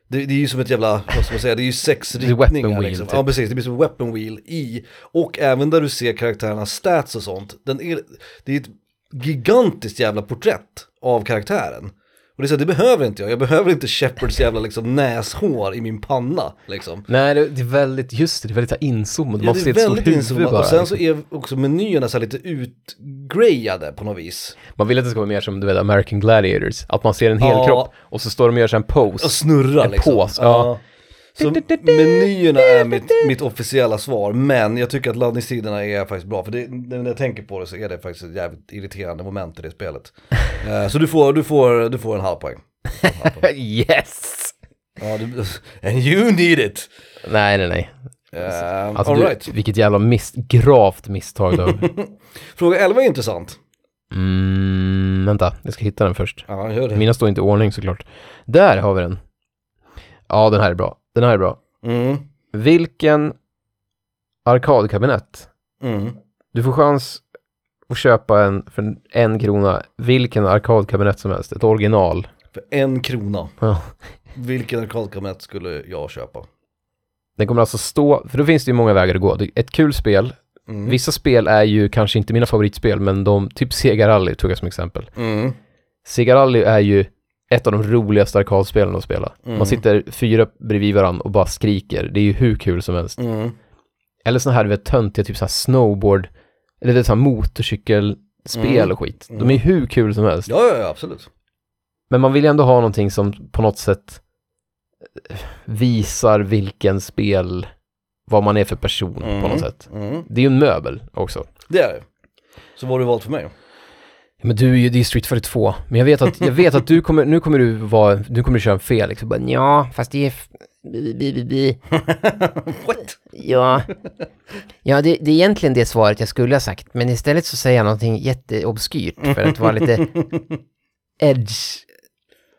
Speaker 2: det, det är ju som ett jävla, vad ska man säga, det är ju sex
Speaker 1: är weapon
Speaker 2: riktningar
Speaker 1: wheel,
Speaker 2: liksom.
Speaker 1: typ.
Speaker 2: Ja precis, det blir som weapon wheel i, och även där du ser karaktärernas stats och sånt, den är, det är ett gigantiskt jävla porträtt av karaktären. Och det är så här, det behöver inte jag, jag behöver inte Shepards jävla liksom näshår i min panna liksom.
Speaker 1: Nej, det, det är väldigt, just det, det är väldigt så här inzoomat.
Speaker 2: Ja,
Speaker 1: man
Speaker 2: det
Speaker 1: ser
Speaker 2: är
Speaker 1: ett stort
Speaker 2: väldigt
Speaker 1: huvud
Speaker 2: insomat,
Speaker 1: bara. liksom.
Speaker 2: och sen så är också menyerna så här lite utgrejade på något vis.
Speaker 1: Man vill att det ska vara mer som, du vet, American Gladiators. Att man ser en hel
Speaker 2: Ja.
Speaker 1: kropp och så står de och gör så här en pose.
Speaker 2: Och snurra
Speaker 1: En
Speaker 2: liksom.
Speaker 1: pås, ja.
Speaker 2: Så menyerna är mitt, mitt officiella svar, men jag tycker att laddningstiderna är faktiskt bra. För det, när jag tänker på det så är det faktiskt ett jävligt irriterande moment i
Speaker 1: [LAUGHS]
Speaker 2: det spelet. Eh, så du får, du, får, du får en halv poäng.
Speaker 1: [LAUGHS] yes!
Speaker 2: Ja, du, [LAUGHS] and you need it!
Speaker 1: Nej, nej, nej.
Speaker 2: Uh,
Speaker 1: Alltså,
Speaker 2: all
Speaker 1: du,
Speaker 2: right. [LAUGHS]
Speaker 1: Vilket jävla miss, gravt misstag då.
Speaker 2: Fråga 11 är intressant.
Speaker 1: mm, vänta, jag ska hitta den först.
Speaker 2: Ja, gör det.
Speaker 1: Mina står inte i ordning såklart. Där har vi den. Ja, den här är bra. Den här är bra.
Speaker 2: Mm,
Speaker 1: Vilken arkadkabinett?
Speaker 2: mm.
Speaker 1: Du får chans att köpa en för en krona, vilken arkadkabinett som helst. Ett original.
Speaker 2: För en krona,
Speaker 1: Ja.
Speaker 2: vilken arkadkabinett skulle jag köpa?
Speaker 1: Den kommer alltså stå, för då finns det ju många vägar att gå. Det är Ett kul spel.
Speaker 2: Mm.
Speaker 1: Vissa spel är ju kanske inte mina favoritspel, men de, typ Sega Rally tog jag som exempel.
Speaker 2: Mm.
Speaker 1: Sega Rally är ju ett av de roligaste arkadspelen att spela.
Speaker 2: Mm.
Speaker 1: Man sitter fyra bredvid varandra och bara skriker. Det är ju hur kul som helst.
Speaker 2: Mm.
Speaker 1: Eller sådana här, du vet, töntiga, typ så här snowboard, eller det är så här motorcykelspel
Speaker 2: Mm.
Speaker 1: och skit. De är ju hur kul som helst.
Speaker 2: Ja, ja, ja, absolut.
Speaker 1: Men man vill ju ändå ha någonting som på något sätt eh, visar vilken spel, vad man är för person på
Speaker 2: Mm.
Speaker 1: något sätt.
Speaker 2: Mm.
Speaker 1: Det är ju en möbel också.
Speaker 2: Det är det. Så vad har du valt för mig?
Speaker 1: Ja, Men du är ju, det är Street Fighter 2. Men jag vet att, jag vet att du kommer, nu kommer du vara, nu kommer du köra en Felix och bara ja, fast det är... f- bi, bi, bi, bi.
Speaker 2: What?
Speaker 1: Ja, ja det, det är egentligen det svaret jag skulle ha sagt. Men istället så säger jag någonting jätteobskyrt för att vara
Speaker 2: [LAUGHS]
Speaker 1: lite edge,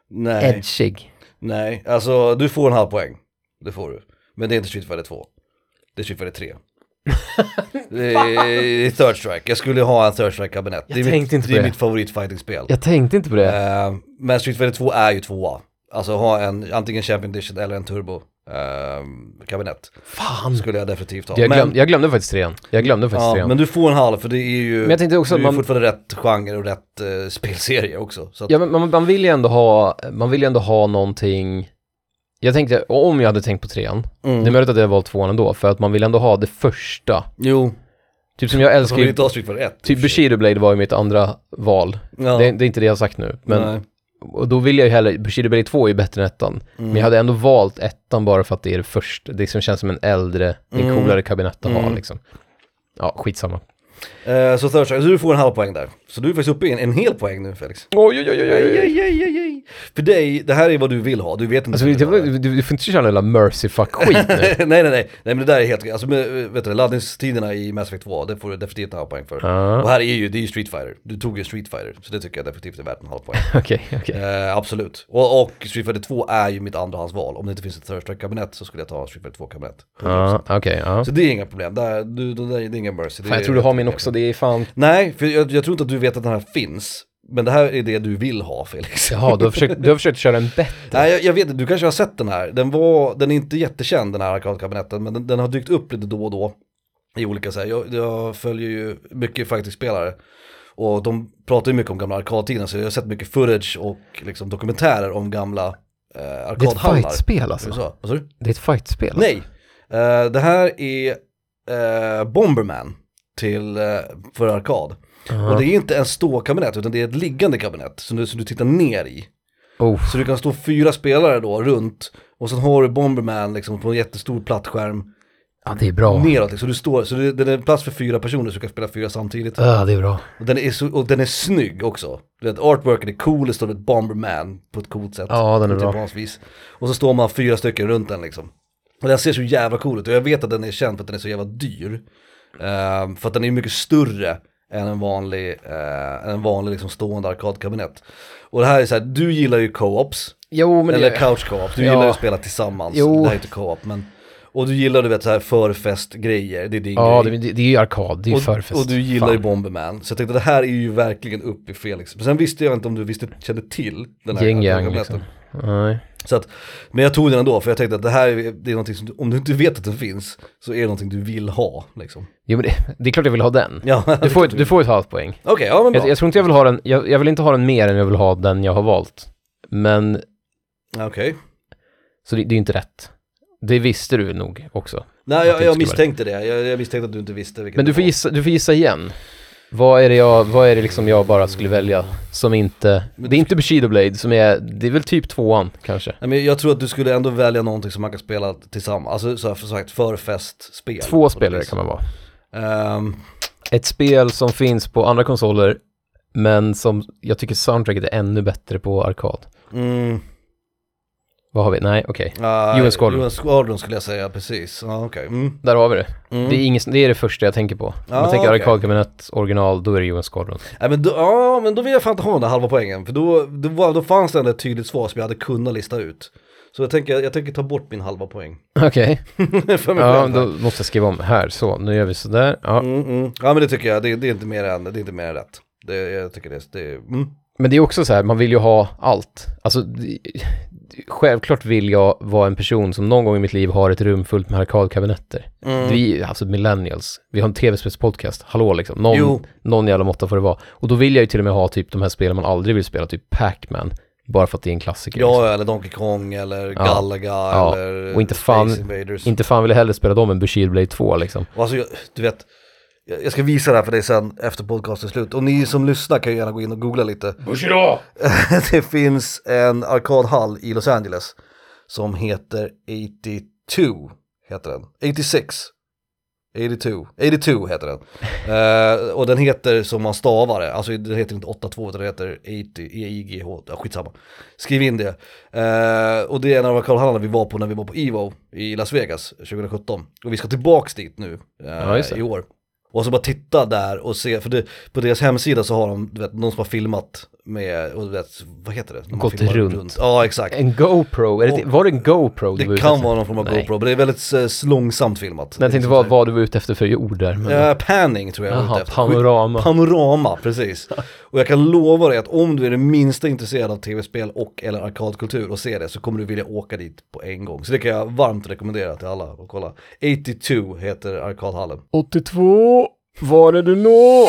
Speaker 2: Nej.
Speaker 1: edgig.
Speaker 2: Nej, alltså du får en halv poäng. Det får du. Men det är inte Street Fighter 2. Det är Street Fighter
Speaker 1: [LAUGHS]
Speaker 2: 3. det, är, det är Third Strike. Jag skulle ha en Third Strike-kabinett.
Speaker 1: Jag
Speaker 2: det är mitt,
Speaker 1: tänkte inte på
Speaker 2: det. är
Speaker 1: det.
Speaker 2: mitt favoritfighting-spel.
Speaker 1: Jag tänkte inte på det.
Speaker 2: Eh, men Street Fighter 2 är ju tvåa. Alltså ha en, antingen Champion Edition eller en Turbo eh, kabinett.
Speaker 1: Fan.
Speaker 2: Skulle jag definitivt ha.
Speaker 1: Jag,
Speaker 2: men,
Speaker 1: glöm, jag glömde faktiskt trean. Jag glömde faktiskt
Speaker 2: ja,
Speaker 1: trean.
Speaker 2: men du får en halv för det är ju,
Speaker 1: Men jag tänkte också
Speaker 2: du är
Speaker 1: att man-
Speaker 2: fortfarande rätt genre och rätt eh, spelserie också. Så att,
Speaker 1: Ja, men man, man vill ju ändå ha, man vill ju ändå ha någonting. Jag tänkte, om jag hade tänkt på trean,
Speaker 2: Mm.
Speaker 1: det är möjligt att jag valt tvåan ändå, för att man vill ändå ha det första.
Speaker 2: Jo,
Speaker 1: Typ som jag
Speaker 2: så
Speaker 1: älskar
Speaker 2: Alltså, vill
Speaker 1: ju,
Speaker 2: inte ha Street Fighter 1.
Speaker 1: typ Bushido Blade var ju mitt andra val.
Speaker 2: Ja.
Speaker 1: Det, det är inte det jag har sagt nu, men
Speaker 2: Nej.
Speaker 1: och då vill jag ju hellre, Bushido Blade 2 är ju bättre än ettan,
Speaker 2: Mm.
Speaker 1: men jag hade ändå valt ettan bara för att det är det första, det liksom känns som en äldre, det
Speaker 2: Mm.
Speaker 1: är en coolare kabinett att ha liksom. Ja, skitsamma.
Speaker 2: Eh, Så Third Strike, så du får en halv poäng där. Så du är faktiskt uppe i en, en hel poäng nu Felix.
Speaker 1: Oj, oj, oj, oj, oj. oj.
Speaker 2: För dig, det här är vad du vill ha, du vet inte.
Speaker 1: Alltså,
Speaker 2: vad
Speaker 1: det-
Speaker 2: du vill ha.
Speaker 1: du, du, du får inte köra någon jävla mercy fuck-skit [LAUGHS] nu.
Speaker 2: [LAUGHS] nej, nej, nej, nej, men det där är helt, alltså med, vet du, det, laddningstiderna i Mass Effect 2, det får du definitivt en halv poäng för.
Speaker 1: Ja.
Speaker 2: Och här är ju, det är ju Street Fighter, du tog ju Street Fighter, så det tycker jag definitivt är värt en
Speaker 1: [LAUGHS]
Speaker 2: halv poäng.
Speaker 1: Okej, okej.
Speaker 2: Eh, absolut. Och, och Street Fighter 2 är ju mitt andrahandsval. Om det inte finns ett Third Strike-kabinett så skulle jag ta Street Fighter 2-kabinett.
Speaker 1: Ja, Ah, Okej, ja.
Speaker 2: Så det är inga problem, där, du, det, där, det är ingen mercy. Det
Speaker 1: Fan,
Speaker 2: är-
Speaker 1: jag tror du har min också, det är fan...
Speaker 2: Nej, för jag, jag tror inte att du vet att den här finns. Men det här är det du vill ha Felix.
Speaker 1: Jaha, du har försökt, du har försökt köra en bett.
Speaker 2: Nej, jag, jag vet inte, du kanske har sett den här. Den, var, den är inte jättekänd den här arkadkabinetten, men den, den har dykt upp lite då och då. I olika så här, jag, jag följer ju mycket fighting-spelare. Och de pratar ju mycket om gamla arkadtiden, så jag har sett mycket footage och liksom dokumentärer om gamla eh,
Speaker 1: Det är ett
Speaker 2: arkadhallar.
Speaker 1: fightspel
Speaker 2: Så,
Speaker 1: alltså.
Speaker 2: så, vad sa du?
Speaker 1: Det är ett fightspel.
Speaker 2: Nej, eh, det här är eh, Bomberman till, eh, för arkad.
Speaker 1: Aha.
Speaker 2: Och det är inte en ståkabinett utan det är ett liggande kabinett som du, som du tittar ner i.
Speaker 1: Oh.
Speaker 2: Så du kan stå fyra spelare då runt och sen har du Bomberman liksom på en jättestor plattskärm
Speaker 1: Ja, det är bra.
Speaker 2: neråt. Liksom. Du står, så det, det är en plats för fyra personer så du kan spela fyra samtidigt.
Speaker 1: Ja, Ah, det är bra.
Speaker 2: Och, den är så, och den är snygg också. Du vet, artworken är cool, det står ett Bomberman på ett coolt sätt.
Speaker 1: Ja, den är
Speaker 2: På
Speaker 1: bra.
Speaker 2: ett japanskt vis. Och så står man fyra stycken runt den liksom. Och den ser så jävla cool ut och jag vet att den är känd för att den är så jävla dyr. Ehm, för att den är mycket större än en vanlig, eh, än en vanlig liksom stående arkadkabinett. Och det här är så här, du gillar ju co-ops.
Speaker 1: Jo, men
Speaker 2: Eller
Speaker 1: det...
Speaker 2: couch co-op, du
Speaker 1: Ja.
Speaker 2: gillar ju att spela tillsammans.
Speaker 1: Jo.
Speaker 2: Det här är inte co-op men. Och du gillar du vet så här förfestgrejer, det är din
Speaker 1: Ja,
Speaker 2: grej.
Speaker 1: det, det, det är ju arkad, det är ju förfest.
Speaker 2: Och, och du gillar
Speaker 1: Fan.
Speaker 2: ju Bomberman, så jag tänkte det här är ju verkligen upp i Felix. Men sen visste jag inte om du visste, kände till den här
Speaker 1: Yin yang
Speaker 2: kamraten.
Speaker 1: liksom. Nej.
Speaker 2: Så att, men jag tog den ändå, för jag tänkte att det här är, det är någonting som, du- om du inte vet att den finns, så är det någonting du vill ha liksom.
Speaker 1: Jo, men det, det är klart jag vill ha den.
Speaker 2: Ja,
Speaker 1: Du får, ett, du får ett halvt poäng.
Speaker 2: Okej, ja men bra.
Speaker 1: Jag, jag tror inte jag vill ha den, jag, jag vill inte ha den mer än jag vill ha den jag har valt. Men,
Speaker 2: Ja, Okej.
Speaker 1: så det, det är ju inte rätt. Det visste du nog också.
Speaker 2: Nej,
Speaker 1: Jag
Speaker 2: jag,
Speaker 1: tänkte
Speaker 2: jag
Speaker 1: skulle
Speaker 2: misstänkte det. Jag, jag misstänkte att du inte visste vilket
Speaker 1: Men du
Speaker 2: det
Speaker 1: får
Speaker 2: var.
Speaker 1: gissa, du får gissa igen. Vad är det jag, vad är det liksom jag bara skulle välja som inte,
Speaker 2: Mm. Men-
Speaker 1: det är inte Bushido Blade som är, det är väl typ tvåan kanske.
Speaker 2: Nej, men jag tror att du skulle ändå välja någonting som man kan spela tillsammans, alltså så här, för Ehm, sagt förfestspel.
Speaker 1: Två spelare kan man vara.
Speaker 2: vara.
Speaker 1: Ett spel som finns på andra konsoler, men som jag tycker soundtracket är ännu bättre på arkad.
Speaker 2: mm,
Speaker 1: Vad har vi? Nej, okej.
Speaker 2: uh,
Speaker 1: UN Squadron.
Speaker 2: UN Squadron skulle jag säga, precis. Ja, okej. Mm.
Speaker 1: Där har vi det.
Speaker 2: Mm.
Speaker 1: Det, är ingen, det är det första jag tänker på. Om
Speaker 2: Ah,
Speaker 1: man tänker
Speaker 2: okej.
Speaker 1: arkadkabinett, original, då är det US
Speaker 2: [LAUGHS]
Speaker 1: Squadron.
Speaker 2: Nej, men då, ja, men då vill jag fan inte ha den där halva poängen. För då, då, var, då fanns det ändå ett tydligt svar som jag hade kunnat lista ut. Så jag tänker, jag tänker ta bort min halva poäng. [LAUGHS]
Speaker 1: Okej,
Speaker 2: för mig
Speaker 1: ja,
Speaker 2: själv.
Speaker 1: då måste jag skriva om här. Så, nu gör vi sådär. Ja.
Speaker 2: Mm, mm. Ja, men det tycker jag. Det, det, är, inte mer än, det är inte mer än rätt. Det, jag tycker det, det är... Mm.
Speaker 1: Men det är också så här, man vill ju ha allt. Alltså, det- självklart vill jag vara en person som någon gång i mitt liv har ett rum fullt med arkadkabinetter.
Speaker 2: Mm.
Speaker 1: Vi, alltså millennials, vi har en tv-spelspodcast, hallå liksom, någon,
Speaker 2: Jo.
Speaker 1: någon jävla måtta får det vara. Och då vill jag ju till och med ha typ de här spelen man aldrig vill spela, typ Pac-Man, bara för att det är en klassiker. liksom.
Speaker 2: Ja, eller Donkey Kong eller Galaga
Speaker 1: Ja,
Speaker 2: eller
Speaker 1: och inte fan-
Speaker 2: Space Invaders.
Speaker 1: Inte fan vill jag hellre spela dem än Bushido Blade 2 liksom.
Speaker 2: Och alltså, jag, du vet, jag jag ska visa det här för dig sen efter podcastens slut. Och ni som lyssnar kan ju gärna gå in och googla lite.
Speaker 1: Bushido!
Speaker 2: [LAUGHS] det finns en arkadhall i Los Angeles som heter 82, heter den. 86. 82, 82
Speaker 1: [LAUGHS]
Speaker 2: heter den. Eh, och den heter som man stavar det, alltså den heter inte 82 utan den heter E 80, E-I-G-H, ja, skitsamma. Skriv in det. Eh, och det är en av arkadhallarna vi var på när vi var på Evo i Las Vegas 2017. Och vi ska tillbaks dit nu eh,
Speaker 1: Ja, just det.
Speaker 2: i år. Och så bara titta där och se, för det, på deras hemsida så har de, du vet, någon som har filmat med, och du vet, vad heter det? När man
Speaker 1: Gått
Speaker 2: filmar
Speaker 1: runt.
Speaker 2: Ja, exakt.
Speaker 1: En GoPro, är det,
Speaker 2: Och-
Speaker 1: var det en GoPro du var
Speaker 2: Det
Speaker 1: ute
Speaker 2: kan
Speaker 1: efter?
Speaker 2: vara någon form av
Speaker 1: Nej.
Speaker 2: GoPro, men det är väldigt eh, långsamt filmat.
Speaker 1: Men jag tänkte vad, vad du var ute efter för ord där. Men...
Speaker 2: Eh, panning tror jag jag var
Speaker 1: Jaha,
Speaker 2: ute efter.
Speaker 1: panorama.
Speaker 2: Panorama,
Speaker 1: [LAUGHS]
Speaker 2: precis. Och jag kan lova dig att om du är det minsta intresserad av tv-spel och eller arkadkultur och ser det så kommer du vilja åka dit på en gång. Så det kan jag varmt rekommendera till alla att kolla. 82 heter arkadhallen.
Speaker 1: 82, var är du nå?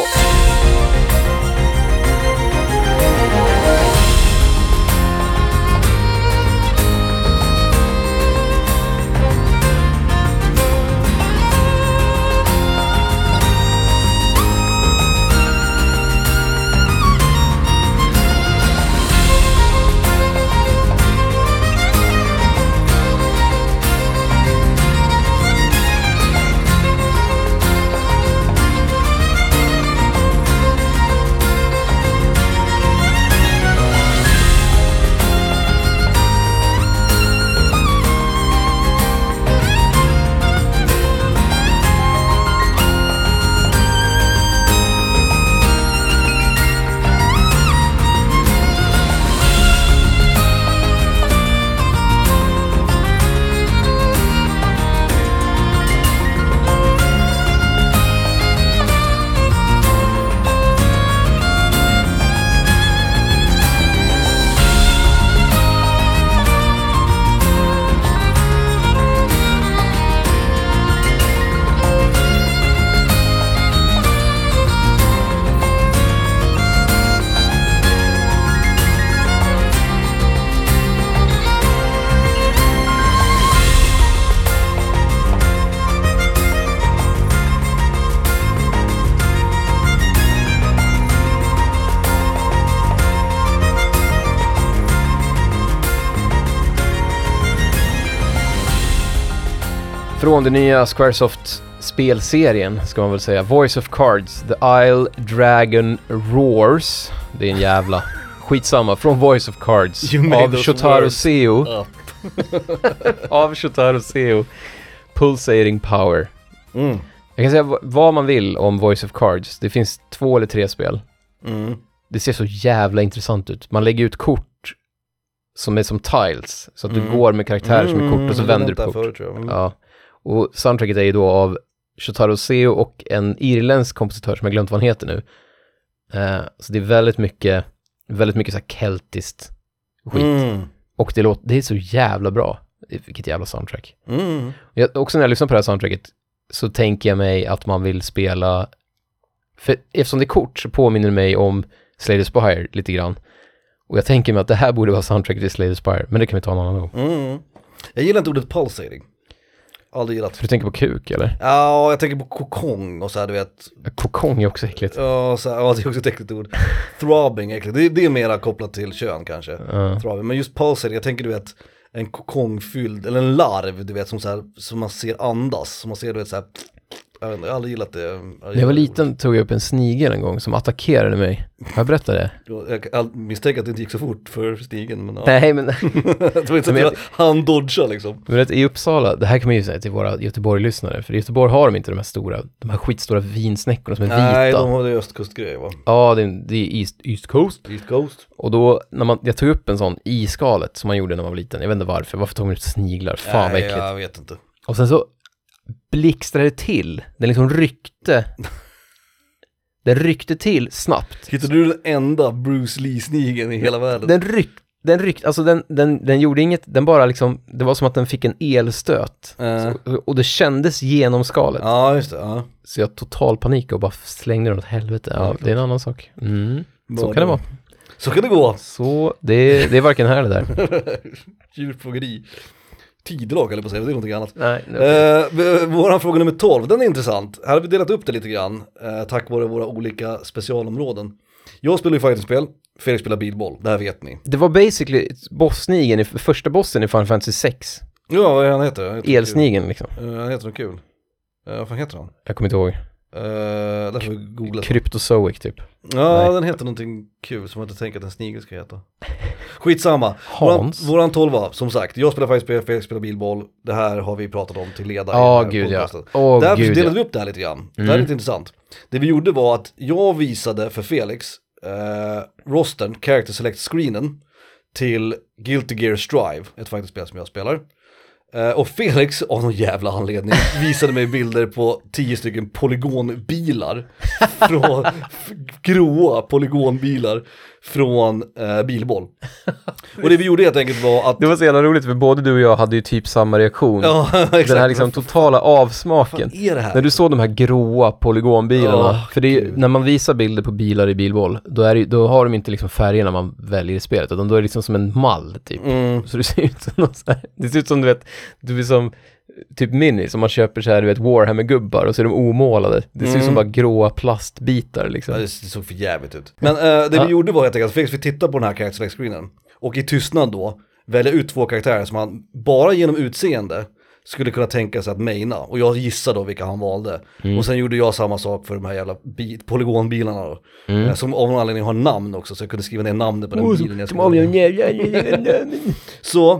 Speaker 1: Från den nya Squaresoft-spelserien ska man väl säga. Voice of Cards, The Isle Dragon Roars. Det är en
Speaker 2: [LAUGHS]
Speaker 1: jävla... Skitsamma, från Voice of Cards.
Speaker 2: You made
Speaker 1: Av
Speaker 2: those
Speaker 1: Shotaro
Speaker 2: words
Speaker 1: Seo.
Speaker 2: up.
Speaker 1: [LAUGHS] Av Shotaro Seo. Pulsating Power.
Speaker 2: Mm.
Speaker 1: Jag kan säga v- vad man vill om Voice of Cards. Det finns två eller tre spel.
Speaker 2: Mm.
Speaker 1: Det ser så jävla intressant ut. Man lägger ut kort som är som tiles. Så att du
Speaker 2: Mm.
Speaker 1: går med karaktärer som är kort och så
Speaker 2: Mm,
Speaker 1: vänder du
Speaker 2: vänta
Speaker 1: på kort.
Speaker 2: förut, tror jag. Mm.
Speaker 1: Ja. Och soundtracket är ju då av Shotaro Seo och en irländsk kompositör som jag glömt vad han heter nu. Eh, så det är väldigt mycket, väldigt mycket så här keltiskt skit.
Speaker 2: Mm.
Speaker 1: Och det, låter, det är så jävla bra. Vilket jävla soundtrack.
Speaker 2: Mm.
Speaker 1: Jag, också när jag lyssnar på det här soundtracket så tänker jag mig att man vill spela, för eftersom det är kort så påminner det mig om Slade Spire lite grann. Och jag tänker mig att det här borde vara soundtracket till Slade Spire, men det kan vi ta någon annan gång.
Speaker 2: Mm. Jag gillar inte ordet pulsating. Aldrig gillat.
Speaker 1: För du tänker på kuk eller?
Speaker 2: Ja, jag tänker på kokong och så här du vet.
Speaker 1: Kokong är också äckligt.
Speaker 2: Ja, så här, ja, det är också ett äckligt ord. Throbbing, äckligt. Det, det är mera kopplat till kön kanske.
Speaker 1: Ja.
Speaker 2: Throbbing. Men just pulsating, jag tänker du vet en kokongfylld, eller en larv du vet som, så här, som man ser andas. Som man ser du vet så här. Jag, vet inte, jag har aldrig gillat det.
Speaker 1: När jag var liten tog jag upp en snigel en gång som attackerade mig. Har jag berättat
Speaker 2: [LAUGHS]
Speaker 1: det?
Speaker 2: Jag, jag misstänker att det inte gick så fort för stigen. Men, ja. [LAUGHS]
Speaker 1: Nej, [LAUGHS] men,
Speaker 2: det var inte så
Speaker 1: Men jag-
Speaker 2: att han dodgade liksom.
Speaker 1: men vet, i Uppsala, det här kan man ju säga till våra Göteborg-lyssnare, för i Göteborg har de inte de här stora, de här skitstora vinsnäckorna som är
Speaker 2: Nej,
Speaker 1: vita.
Speaker 2: de har det östkustgrej va?
Speaker 1: Ja, det är, det är East, East Coast.
Speaker 2: East Coast.
Speaker 1: Och då, när man, jag tog upp en sån i skalet som man gjorde när man var liten. Jag vet inte varför, varför tog man ut sniglar? Fan vad
Speaker 2: Nej,
Speaker 1: äckligt.
Speaker 2: jag vet inte.
Speaker 1: Och sen så blixtrade det till. Den liksom
Speaker 2: [LAUGHS]
Speaker 1: ryckte. den ryckte till snabbt.
Speaker 2: Hittar du den enda Bruce Lee-snigeln i hela världen?
Speaker 1: Den ryckte. Den ryckte, alltså den, den, den gjorde inget, den bara liksom, det var som att den fick en elstöt.
Speaker 2: Eh,
Speaker 1: Så- Och det kändes genom skalet.
Speaker 2: ja, just det. Ja.
Speaker 1: Så jag total panik och bara slängde den åt helvete.
Speaker 2: Ja,
Speaker 1: Ja,
Speaker 2: klart.
Speaker 1: det är en annan sak. Mm. Så
Speaker 2: Bara
Speaker 1: kan det vara.
Speaker 2: Så kan det gå. [LAUGHS]
Speaker 1: Så, det, det är varken här eller där.
Speaker 2: Djurplågeri. Tidelag eller på att säga, det är någonting annat.
Speaker 1: Nej, det-
Speaker 2: Eh, v- våran fråga nummer 12, den är intressant. Här har vi delat upp det lite grann, eh, tack vare våra olika specialområden. Jag spelar ju fightingspel, Felix spelar bilboll, det här vet ni.
Speaker 1: Det var basically bossnigen, i, första bossen i Final Fantasy 6.
Speaker 2: Ja, vad är han heter? Han heter något
Speaker 1: Elsnigen liksom.
Speaker 2: kul. Eh, han heter något kul. Eh, vad fan heter han?
Speaker 1: Jag kommer inte ihåg.
Speaker 2: Uh, där får vi googla.
Speaker 1: Kryptozoic typ.
Speaker 2: Ja,
Speaker 1: Nej.
Speaker 2: den heter någonting kul som jag inte tänker att en snigel ska heta. Skitsamma.
Speaker 1: Hans.
Speaker 2: Våran, våran tolva, som sagt. Jag spelar fightingspel, Felix spelar bilboll. Det här har vi pratat om till leda. i
Speaker 1: Ja,
Speaker 2: den här
Speaker 1: gud ja.
Speaker 2: podcasten.
Speaker 1: Åh,
Speaker 2: Därför
Speaker 1: gud
Speaker 2: delade
Speaker 1: ja. Mm.
Speaker 2: vi upp det här lite grann. Det här är lite intressant. Det vi gjorde var att jag visade för Felix eh, rosten, character select screenen, till Guilty Gear Strive, ett fightingspel som jag spelar. Eh, och Felix, av någon jävla
Speaker 1: [LAUGHS]
Speaker 2: anledning, visade mig bilder på tio stycken polygonbilar. [LAUGHS] Från, f- gråa polygonbilar från eh, bilboll. Och det vi gjorde helt enkelt var att...
Speaker 1: Det var så jävla roligt för både du och jag hade ju typ samma reaktion.
Speaker 2: Ja, [LAUGHS] exakt.
Speaker 1: Den här liksom totala avsmaken.
Speaker 2: Vad är det här?
Speaker 1: När du såg de här gråa polygonbilarna.
Speaker 2: Åh,
Speaker 1: för det är, ju-
Speaker 2: gud.
Speaker 1: när man visar bilder på bilar i bilboll, då, är det, ju- då har de inte liksom färgerna man väljer i spelet, utan då är det liksom som en mall typ.
Speaker 2: Mm.
Speaker 1: Så det ser ut som någon så här, det ser ut som du vet, du är som typ mini som man köper så här, du vet Warhammer-gubbar och så är de omålade. Det ser ut som bara gråa plastbitar
Speaker 2: Mm. Ja,
Speaker 1: liksom.
Speaker 2: det såg för jävligt ut. Men eh, det vi
Speaker 1: Ja.
Speaker 2: gjorde var helt enkelt att Felix fick titta på den här character select screenen och i tystnad då välja ut två karaktärer som han bara genom utseende skulle kunna tänka sig att maina. Och jag gissade då vilka han valde.
Speaker 1: Mm.
Speaker 2: Och sen gjorde jag samma sak för de här jävla bi- polygonbilarna då.
Speaker 1: Mm.
Speaker 2: Eh, Som av någon anledning har namn också, så jag kunde skriva ner namnet
Speaker 1: Oh,
Speaker 2: på den bilen jag skulle ha. [LAUGHS] Så,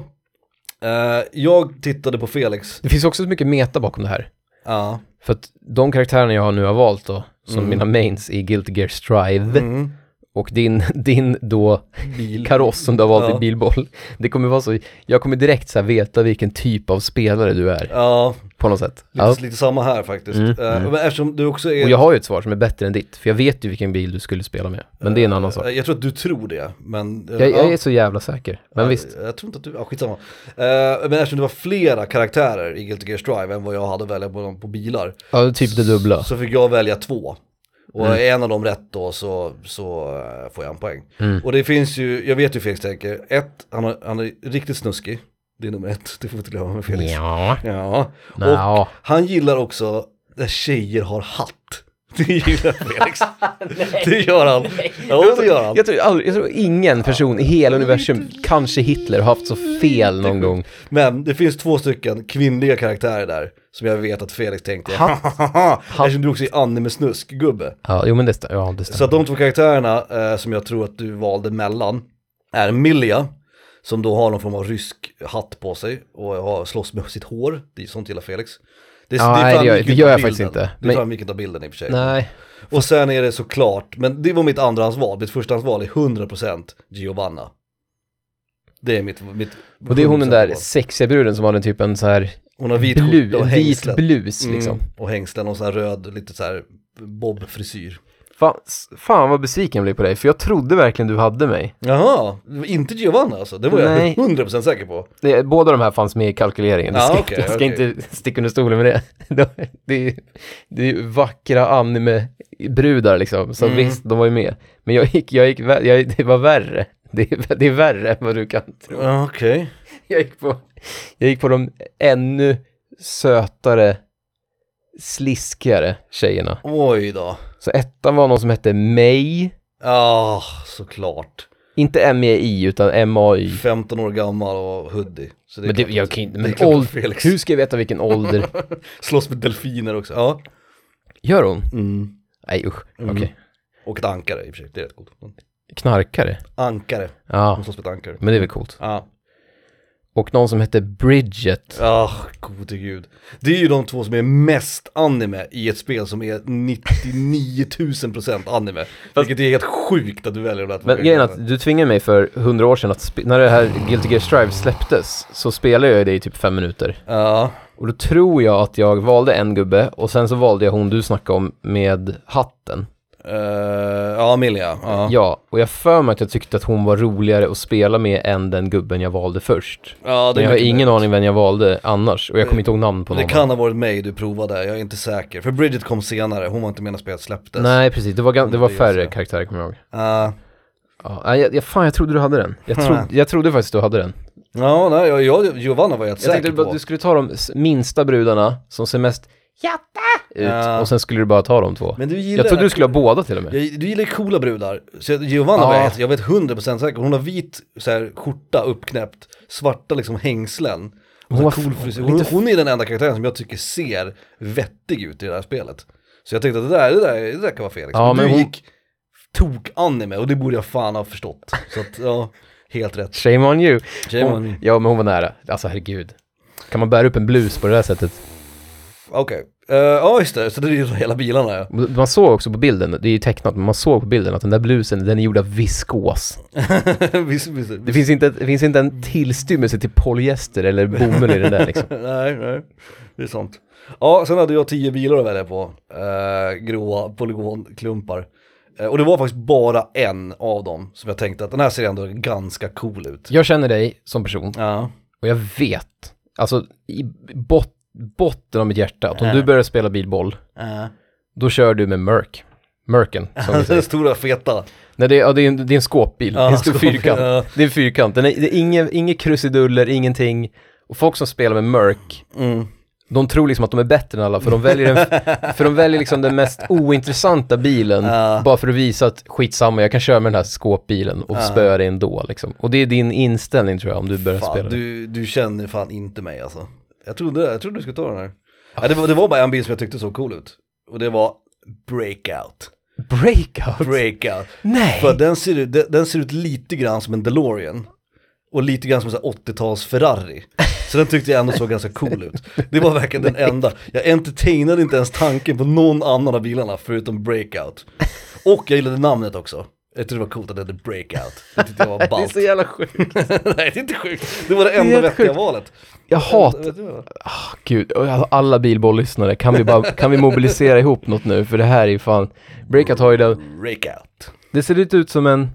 Speaker 2: eh, jag tittade på Felix.
Speaker 1: Det finns också så mycket meta bakom det här.
Speaker 2: Ja.
Speaker 1: För att de karaktärerna jag nu har valt då, som
Speaker 2: Mm.
Speaker 1: mina mains i Guilty Gear Strive, och din, [LAUGHS] din då
Speaker 2: Bil.
Speaker 1: kaross som du har valt
Speaker 2: Ja.
Speaker 1: i bilboll, det kommer vara så, jag kommer direkt så här veta vilken typ av spelare du är,
Speaker 2: Ja,
Speaker 1: på något sätt. Ja.
Speaker 2: lite,
Speaker 1: Mm.
Speaker 2: lite samma här faktiskt. Eh, Men eftersom du också är...
Speaker 1: Och jag har ju ett svar som är bättre än ditt, för jag vet ju vilken bil du skulle spela med. Men det är en annan sak.
Speaker 2: Eh, Jag tror att du tror det, men... eh,
Speaker 1: Jag,
Speaker 2: ja.
Speaker 1: jag är så jävla säker. Men visst,
Speaker 2: Jag tror inte att du, ja skitsamma. Eh, men eftersom det var flera karaktärer i Guilty Gear Strive än vad jag hade att välja på, på bilar.
Speaker 1: ja, typ det dubbla. Mm.
Speaker 2: Så fick jag välja två. Och är en av dem rätt då så, så eh, får jag en poäng.
Speaker 1: Mm.
Speaker 2: Och det finns ju, jag vet ju hur Felix tänker. Ett, han, har, han är riktigt snuskig. Det är nummer ett, det får vi inte glömma med Felix.
Speaker 1: Ja.
Speaker 2: Ja. Och
Speaker 1: Nja.
Speaker 2: han gillar också där tjejer har hatt. Det
Speaker 1: [LAUGHS]
Speaker 2: gillar Felix. Det gör han. Jo, det gör han.
Speaker 1: Jag tror, aldrig, jag tror ingen person i hela universum, kanske Hitler, har haft så fel någon gång.
Speaker 2: Men det finns två stycken kvinnliga karaktärer där som jag vet att Felix tänkte,
Speaker 1: Hatt.
Speaker 2: eftersom du också är anime-snusk-gubbe.
Speaker 1: Ja, jo men det, stä- ja, det
Speaker 2: Så
Speaker 1: stämmer.
Speaker 2: att de två karaktärerna eh, som jag tror att du valde mellan är Milja, som då har någon form av rysk hatt på sig och har, slåss med sitt hår, det är sånt gillar Felix. Det,
Speaker 1: Ja, nej, det
Speaker 2: framgick
Speaker 1: gör-
Speaker 2: ju
Speaker 1: det
Speaker 2: av
Speaker 1: gör jag
Speaker 2: bilden.
Speaker 1: faktiskt inte.
Speaker 2: Det
Speaker 1: Men-
Speaker 2: framgick inte av bilden i och för sig.
Speaker 1: Nej,
Speaker 2: Och sen är det såklart, men det var mitt andrahandsval, mitt förstahandsval är 100% Giovanna. Det är mitt, mitt
Speaker 1: och det är hon den där
Speaker 2: 100% val.
Speaker 1: sexiga bruden som hade typ en så här
Speaker 2: hon har vit
Speaker 1: blu,
Speaker 2: skjorta och
Speaker 1: en vit
Speaker 2: hängslen.
Speaker 1: blus liksom.
Speaker 2: Mm, och hängslen och så här röd, lite så här bob-frisyr.
Speaker 1: Fan, s- fan vad besviken jag blev på dig, för jag trodde verkligen du hade mig.
Speaker 2: Jaha, det var inte Giovanna alltså, det var
Speaker 1: Nej.
Speaker 2: jag 100% säker på.
Speaker 1: Det, båda de här fanns med i kalkyleringen, jag
Speaker 2: Ja,
Speaker 1: ska,
Speaker 2: okej,
Speaker 1: jag ska
Speaker 2: okej.
Speaker 1: inte sticka under stolen med det. [LAUGHS] De- Det är, det är vackra anime-brudar liksom, så
Speaker 2: Mm.
Speaker 1: visst, de var ju med. Men jag gick, jag gick, vä- jag, det var värre. Det är, det är värre än vad du kan tro.
Speaker 2: Ja, Ah, Okej.
Speaker 1: Jag gick på, jag gick på de ännu sötare, sliskigare tjejerna.
Speaker 2: Oj då.
Speaker 1: Så ettan var någon som hette May,
Speaker 2: Ja, Ah, såklart.
Speaker 1: inte M-E-I utan MAY.
Speaker 2: 15 år gammal och hoodie. Så det är
Speaker 1: Men det,
Speaker 2: klart
Speaker 1: jag
Speaker 2: att-
Speaker 1: kan inte,
Speaker 2: det är
Speaker 1: men
Speaker 2: klart att
Speaker 1: ålder,
Speaker 2: Felix
Speaker 1: hur ska jag veta vilken [LAUGHS] ålder?
Speaker 2: slåss med delfiner också. Ja.
Speaker 1: Gör hon? Nej usch,
Speaker 2: Mm.
Speaker 1: okej.
Speaker 2: Och ett ankare i och för sig, det är rätt coolt.
Speaker 1: Knarkare?
Speaker 2: Ankare,
Speaker 1: Ja,
Speaker 2: de slåss med ett ankare.
Speaker 1: men det är väl coolt.
Speaker 2: Ja,
Speaker 1: Och någon som hette Bridget.
Speaker 2: ah, gode gud. Det är ju de två som är mest anime i ett spel som är 99 000% anime. Vilket är helt sjukt att du väljer att
Speaker 1: Men grejen är att du tvingade mig för hundra år sedan att, spe- när det här Guilty Gear Strive släpptes, så spelade jag det i typ fem minuter.
Speaker 2: Ja,
Speaker 1: Och då tror jag att jag valde en gubbe och sen så valde jag hon du snackade om med hatten.
Speaker 2: eh, ja Milja. Ja.
Speaker 1: Ja, och jag för mig att jag tyckte att hon var roligare att spela med än den gubben jag valde först.
Speaker 2: ja, det
Speaker 1: Men
Speaker 2: är
Speaker 1: jag har
Speaker 2: mycket
Speaker 1: ingen
Speaker 2: möjligt.
Speaker 1: aning vem jag valde annars och jag kommer inte ihåg namn på någon.
Speaker 2: Det kan ha varit mig du provade, jag är inte säker. För Bridget kom senare, hon var inte med när spelet släpptes.
Speaker 1: Nej, precis. Det var, gan- det var
Speaker 2: Det är
Speaker 1: färre
Speaker 2: så.
Speaker 1: karaktärer, kommer jag ihåg.
Speaker 2: Ah,
Speaker 1: Ja, nej, jag, jag, fan, jag trodde du hade den. Jag,
Speaker 2: Hmm.
Speaker 1: trodde, jag trodde faktiskt du hade den.
Speaker 2: ja, nej, jag, jag, Giovanna var jag
Speaker 1: Jag
Speaker 2: säker
Speaker 1: tänkte bara
Speaker 2: på.
Speaker 1: att du skulle ta de s- minsta brudarna som ser mest jatta ut
Speaker 2: Ja.
Speaker 1: och sen skulle du bara ta de två.
Speaker 2: Men du gillar
Speaker 1: Jag trodde du skulle ha båda till och med.
Speaker 2: jag, du gillar ju coola brudar, så jag- Giovanna
Speaker 1: Ja.
Speaker 2: var jag, helt- jag vet 100% säker, hon har vit så här, skjorta uppknäppt, svarta liksom hängslen.
Speaker 1: Hon
Speaker 2: Och hon,
Speaker 1: var
Speaker 2: cool
Speaker 1: f-
Speaker 2: frisyr.
Speaker 1: lite
Speaker 2: hon,
Speaker 1: f-
Speaker 2: hon är den enda karaktären som jag tycker ser vettig ut i det här spelet. Så jag tänkte att det där, det där, det där kan vara Felix.
Speaker 1: Ja,
Speaker 2: men,
Speaker 1: men
Speaker 2: du
Speaker 1: hon-
Speaker 2: gick tok-anime och det borde jag fan ha förstått. Så att, ja, helt rätt.
Speaker 1: Shame on you.
Speaker 2: Shame
Speaker 1: hon,
Speaker 2: on you.
Speaker 1: Ja, men hon var nära. Alltså herregud. Kan man bära upp en blus på det där sättet?
Speaker 2: Okej, Eh, ja just det, så det är ju hela bilarna ja. [LAUGHS]
Speaker 1: Man såg också på bilden, det är ju tecknat, men man såg på bilden att den där blusen, den är gjord av viskos.
Speaker 2: visst, visst, visst.
Speaker 1: Det finns inte, det finns inte en tillstymmelse till polyester eller bomull i den där
Speaker 2: [LAUGHS]
Speaker 1: liksom.
Speaker 2: nej, nej, det är sant. Ja, sen hade jag tio bilar att välja på, eh, gråa polygonklumpar. Eh, och det var faktiskt bara en av dem som jag tänkte att den här ser ändå ganska cool ut.
Speaker 1: Jag känner dig som person
Speaker 2: Ja,
Speaker 1: och jag vet, alltså i bot, botten av mitt hjärta, att om du börjar spela bilboll,
Speaker 2: ja.
Speaker 1: då kör du med Merc. Merken, som vi säger.
Speaker 2: den [LAUGHS] stora feta.
Speaker 1: Nej, det, är, ja, det, är en, det är en skåpbil, det är en stor
Speaker 2: skåpbil,
Speaker 1: fyrkant.
Speaker 2: ja.
Speaker 1: Det är en fyrkant, Den är, det är inga, inga krusiduller, ingenting. Och folk som spelar med Merc,
Speaker 2: Mm.
Speaker 1: de tror liksom att de är bättre än alla, för de väljer, den,
Speaker 2: [LAUGHS]
Speaker 1: för de väljer liksom den mest ointressanta bilen,
Speaker 2: Ja.
Speaker 1: bara för att visa att skitsamma, jag kan köra med den här skåpbilen och spöa dig ändå liksom. Och det är din inställning tror jag, om du börjar spela.
Speaker 2: Fan,
Speaker 1: det.
Speaker 2: du, du känner fan inte mig alltså. Jag trodde, jag trodde du skulle ta den här. Ja, det, var, det var bara en bil som jag tyckte såg cool ut. Och det var Breakout.
Speaker 1: Breakout?
Speaker 2: Breakout.
Speaker 1: Nej!
Speaker 2: För att den ser, ut, den, den ser ut lite grann som en DeLorean. Och lite grann som en 80-tals Ferrari. Så den tyckte jag ändå såg ganska cool ut. Det var verkligen den enda. Jag entertainade inte ens tanken på någon annan av bilarna förutom Breakout. Och jag gillade namnet också. Jag tyckte det var coolt att det hette Breakout. Det tyckte jag
Speaker 1: [LAUGHS]
Speaker 2: var
Speaker 1: det är
Speaker 2: ballt.
Speaker 1: så jävla sjukt.
Speaker 2: [LAUGHS] Nej det är inte sjukt. Det var det
Speaker 1: är
Speaker 2: enda
Speaker 1: helt
Speaker 2: vettiga
Speaker 1: sjukt.
Speaker 2: valet.
Speaker 1: Jag hatar,
Speaker 2: Vet du vad?
Speaker 1: Gud, alltså alla bilboll-lyssnare, kan vi, bara, kan vi mobilisera ihop något nu? För det här är ju fan... Breakout har ju den...
Speaker 2: Breakout.
Speaker 1: Det ser lite ut som en...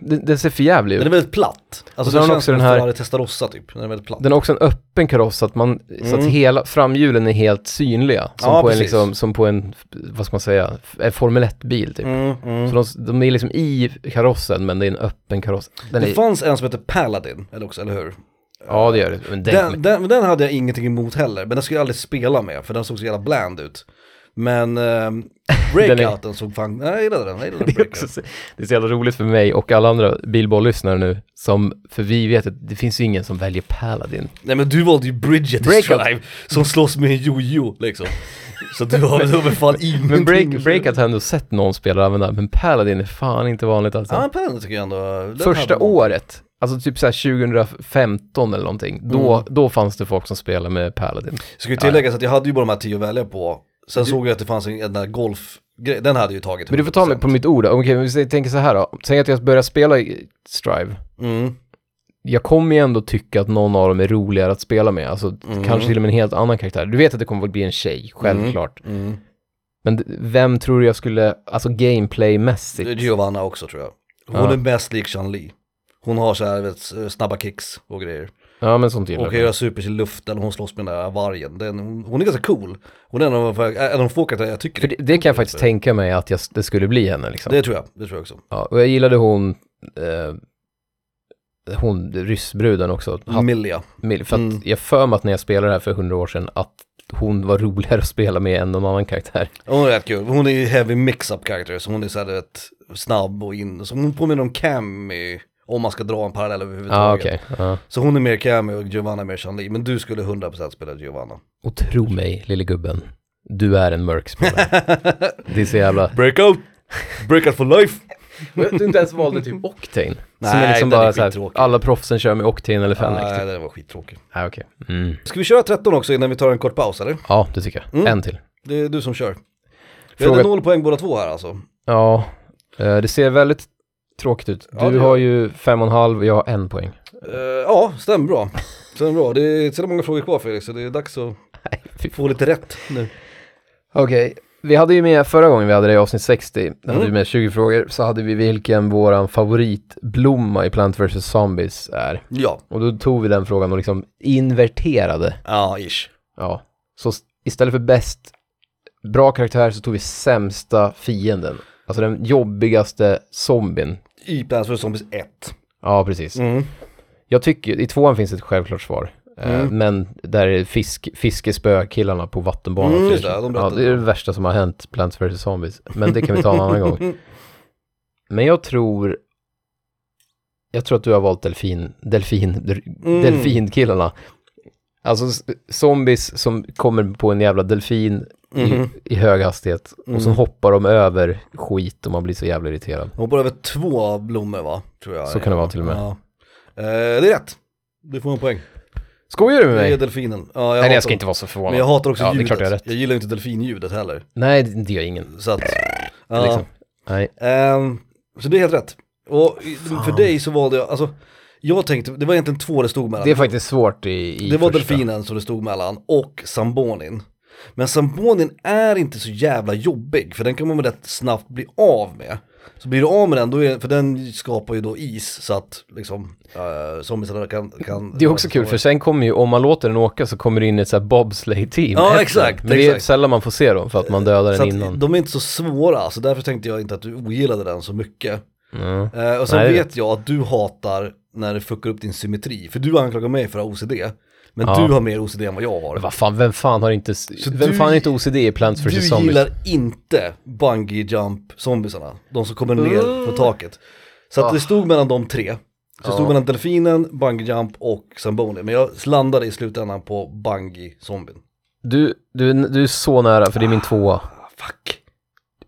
Speaker 1: Det, det ser för jävligt
Speaker 2: Den
Speaker 1: ut.
Speaker 2: är väldigt platt. Alltså
Speaker 1: så
Speaker 2: det
Speaker 1: har den
Speaker 2: känns
Speaker 1: också
Speaker 2: som
Speaker 1: den
Speaker 2: en
Speaker 1: här-
Speaker 2: Ferrari Testarossa typ. Den är väldigt platt.
Speaker 1: Den har också en öppen kaross så att, man, så att hela framhjulen är helt synliga. Som,
Speaker 2: Mm. Ja,
Speaker 1: på en,
Speaker 2: precis.
Speaker 1: liksom, som på en, vad ska man säga, en Formel 1-bil typ.
Speaker 2: Mm, mm.
Speaker 1: Så de, de är liksom i karossen men det är en öppen kaross. Den
Speaker 2: Det
Speaker 1: är,
Speaker 2: fanns en som hette Paladin, eller också, eller hur?
Speaker 1: ja det gör det. Men den,
Speaker 2: Den, den, men den hade jag ingenting emot heller, men den skulle jag aldrig spela med för den såg så jävla bland ut.
Speaker 1: [LAUGHS]
Speaker 2: Men ehm, breakouten såg fan, nej, jag gillade den, jag gillade
Speaker 1: Det
Speaker 2: den
Speaker 1: är, också,
Speaker 2: breakouten.
Speaker 1: så- det är så jävla roligt för mig och alla andra bilboll-lyssnare nu, som, för vi vet att det finns ju ingen som väljer [LAUGHS] Paladin.
Speaker 2: Nej men du valde ju Bridget
Speaker 1: Breakout.
Speaker 2: Breakout. Drive som slåss med en jojo liksom. Så du har du har väl fan ingenting.
Speaker 1: Men break,
Speaker 2: att säga.
Speaker 1: Breakout har jag ändå sett någon spelare använda, men Paladin är fan inte vanligt alltså.
Speaker 2: Ja men Paladin tycker jag ändå. den
Speaker 1: Första
Speaker 2: hade man.
Speaker 1: året, alltså typ så här 2015 eller någonting, då, då fanns det folk som spelade med Paladin.
Speaker 2: Ska ju tilläggas att jag hade ju bara de här tio att välja på. Sen såg jag att det fanns en, en där golf den hade jag ju tagit.
Speaker 1: Men du får ta mig
Speaker 2: 100%.
Speaker 1: på mitt ord då. Okej, men vi tänker så här då. Säg att jag börjar spela i Strive.
Speaker 2: Mm.
Speaker 1: Jag kommer ju ändå tycka att någon av dem är roligare att spela med. Alltså
Speaker 2: mm.
Speaker 1: kanske till och med en helt annan karaktär. Du vet att det kommer att bli en tjej, självklart.
Speaker 2: Mm.
Speaker 1: Men d- vem tror du jag skulle, alltså
Speaker 2: Det är
Speaker 1: gameplaymässigt?
Speaker 2: Giovanna också tror jag. Hon
Speaker 1: Ja.
Speaker 2: är mest lik Chan Li. Hon har så här vet, snabba kicks och grejer.
Speaker 1: Ja, men sånt gillar
Speaker 2: Hon kan
Speaker 1: jag.
Speaker 2: göra supers i luften och hon slåss med den där vargen. Den, hon hon är ganska cool. Hon är en av de, en av de få karaktärer jag tycker
Speaker 1: För det, det kan jag faktiskt tänka mig att jag, det skulle bli henne liksom.
Speaker 2: Det tror jag, det tror jag också.
Speaker 1: Ja, och jag gillade hon, eh, hon ryssbruden också. Hatt,
Speaker 2: Milja.
Speaker 1: Mil- för att
Speaker 2: Mm.
Speaker 1: jag för mig att när jag spelade det här för hundra år sedan att hon var roligare [LAUGHS] att spela med än någon annan karaktär. [LAUGHS]
Speaker 2: Hon är rätt kul, hon är ju heavy mix-up karaktär så hon är såhär rätt snabb och in, så hon påminner om Cammy om man ska dra en parallell
Speaker 1: Ja,
Speaker 2: överhuvudtaget.
Speaker 1: Ah, okej. Ja.
Speaker 2: Så hon är mer Cammy och Giovanna är mer Sean Lee, men du skulle 100%
Speaker 1: [LAUGHS]
Speaker 2: spela Giovanna.
Speaker 1: Och tro mig, lille gubben, du är en mörkspelare. det är så
Speaker 2: [LAUGHS]
Speaker 1: jävla...
Speaker 2: Breakout! Breakout for life!
Speaker 1: Du inte ens valde typ Octane. som
Speaker 2: Nej,
Speaker 1: är liksom
Speaker 2: den är
Speaker 1: bara så här,
Speaker 2: skittråkig. Ah.
Speaker 1: alla proffsen kör med Octane eller Fenrik.
Speaker 2: Nej,
Speaker 1: typ.
Speaker 2: det var skittråkigt.
Speaker 1: Ja, okej. Mm.
Speaker 2: Ska vi köra 13 också innan vi tar en kort paus eller?
Speaker 1: Ja, det tycker
Speaker 2: Mm.
Speaker 1: jag. En till.
Speaker 2: Det är du som kör. Vi
Speaker 1: Fråga-
Speaker 2: hade noll poäng båda två här alltså.
Speaker 1: Ja, eh, det ser väldigt tråkigt ut.
Speaker 2: Ja,
Speaker 1: du
Speaker 2: det-
Speaker 1: har ju fem och en halv och jag har en poäng.
Speaker 2: Eh, ja, stämmer bra. Stämmer bra. Det är inte så många frågor kvar Felix, så det är dags att
Speaker 1: fy
Speaker 2: få lite rätt nu.
Speaker 1: Okej, vi hade ju med förra gången vi hade det i avsnitt 60, då
Speaker 2: Mm.
Speaker 1: hade vi med 20 frågor, så hade vi vilken våran favoritblomma i Plant vs. Zombies är.
Speaker 2: Ja,
Speaker 1: Och då tog vi den frågan och liksom inverterade.
Speaker 2: ja ish.
Speaker 1: Ja. Så s- istället för bäst bra karaktär så tog vi sämsta fienden. Alltså den jobbigaste zombien.
Speaker 2: I Plants vs Zombies 1.
Speaker 1: Ja, precis.
Speaker 2: Mm.
Speaker 1: Jag tycker, i tvåan finns ett självklart svar. Eh,
Speaker 2: Mm.
Speaker 1: Men där är fisk, fiskespökillarna på vattenbanan.
Speaker 2: Mm,
Speaker 1: för-
Speaker 2: just det, de
Speaker 1: ja,
Speaker 2: berättade
Speaker 1: det är det värsta som har hänt, Plants vs. Zombies. Men det kan vi ta en annan
Speaker 2: Mm.
Speaker 1: gång. Men jag tror, jag tror att du har valt delfin, delfin,
Speaker 2: Mm.
Speaker 1: delfinkillarna. Alltså s- zombies som kommer på en jävla delfin
Speaker 2: Mhm. Mm.
Speaker 1: i, i hög hastighet Mm. och så hoppar de över skit och man blir så jävla irriterad.
Speaker 2: De hoppar över två blommor va? Tror jag.
Speaker 1: Så kan det vara till och med.
Speaker 2: Ja. Eh, det är rätt. Du får en poäng.
Speaker 1: Skojar du med
Speaker 2: Det är
Speaker 1: mig?
Speaker 2: delfinen. Ja, jag
Speaker 1: Nej,
Speaker 2: hatar-
Speaker 1: jag ska inte vara så förvånad.
Speaker 2: Men jag hatar också
Speaker 1: Ja, det är
Speaker 2: ljudet.
Speaker 1: klart jag har rätt.
Speaker 2: jag gillar ju inte delfinljudet heller.
Speaker 1: Nej, det det gör ingen.
Speaker 2: Så att, ja.
Speaker 1: Liksom. Nej.
Speaker 2: Ehm, så det är helt rätt. Och i- för dig så valde jag, alltså, jag tänkte, det var egentligen två det stod mellan.
Speaker 1: Det är faktiskt svårt i, i
Speaker 2: Det var
Speaker 1: första.
Speaker 2: delfinen som det stod mellan och sambonin. Men sambonin är inte så jävla jobbig för den kan man väl rätt snabbt bli av med. Så blir du av med den, då är, för den skapar ju då is så att liksom uh, zombiesarna kan, kan...
Speaker 1: Det är också kul för sen kommer ju, om man låter den åka så kommer det in ett så här bobsleigh-team.
Speaker 2: Ja,
Speaker 1: efter
Speaker 2: exakt,
Speaker 1: den. Men det är
Speaker 2: exakt.
Speaker 1: sällan man får se dem för att man dödar
Speaker 2: så
Speaker 1: den
Speaker 2: att
Speaker 1: innan.
Speaker 2: de är inte så svåra, så därför tänkte jag inte att du ogillade den så mycket. Eh, och sen
Speaker 1: Nej, det-
Speaker 2: vet jag att du hatar när det fuckar upp din symmetri, för du anklagar mig för att ha OCD, men
Speaker 1: Ja.
Speaker 2: du har mer OCD än vad jag har.
Speaker 1: Vad fan, vem fan har inte, vem
Speaker 2: du-
Speaker 1: fan har inte OCD i Plants vs.
Speaker 2: Du
Speaker 1: Zombies?
Speaker 2: gillar inte bungee jump zombiesarna, de som kommer ner från taket. Så att det stod mellan de tre. Så det stod mellan delfinen, bungee jump och Zamboni. Men jag landade i slutändan på bungee zombien.
Speaker 1: Du, du, du är så nära, för det är min tvåa.
Speaker 2: Ah, fuck.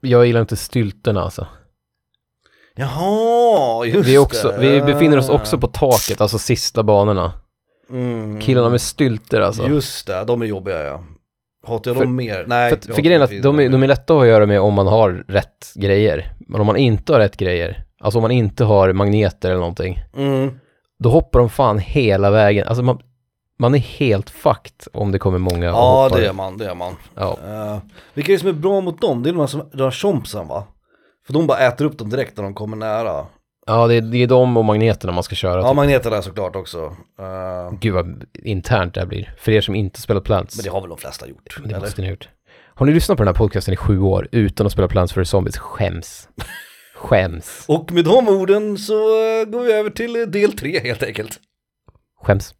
Speaker 1: Jag gillar inte stylterna alltså.
Speaker 2: Jaha, just
Speaker 1: Vi, är också,
Speaker 2: det.
Speaker 1: vi befinner oss också på taket, alltså sista banorna.
Speaker 2: Mm,
Speaker 1: Killarna med stylter alltså.
Speaker 2: Just det, de är jobbiga ja. Hatar jag
Speaker 1: För-
Speaker 2: dem mer? Nej.
Speaker 1: För, att,
Speaker 2: jag
Speaker 1: för grejen är
Speaker 2: hatar
Speaker 1: att de är, de är lätta att göra med om man har rätt grejer. Men om man inte har rätt grejer, alltså om man inte har magneter eller någonting,
Speaker 2: Mm.
Speaker 1: då hoppar de fan hela vägen. Alltså man, man är helt fucked om det kommer många och
Speaker 2: Ja,
Speaker 1: hoppar.
Speaker 2: det är man, det är man.
Speaker 1: Ja.
Speaker 2: Uh, vilka är det som är bra mot dem? Det är de här, som, de här chompsen va? För de bara äter upp dem direkt när de kommer nära.
Speaker 1: ja, det är, det är de och magneterna man ska köra.
Speaker 2: Ja,
Speaker 1: Typ.
Speaker 2: magneter där såklart också. Eh,
Speaker 1: Gud vad internt det här blir. För er som inte spelat Plants.
Speaker 2: men det har väl de flesta gjort?
Speaker 1: det
Speaker 2: eller?
Speaker 1: måste ni ha gjort. Har ni lyssnat på den här podcasten i sju år utan att spela Plants för Zombies?
Speaker 2: [LAUGHS]
Speaker 1: Skäms. Skäms.
Speaker 2: Och med de orden så eh, går vi över till eh, del tre helt enkelt.
Speaker 1: Skäms.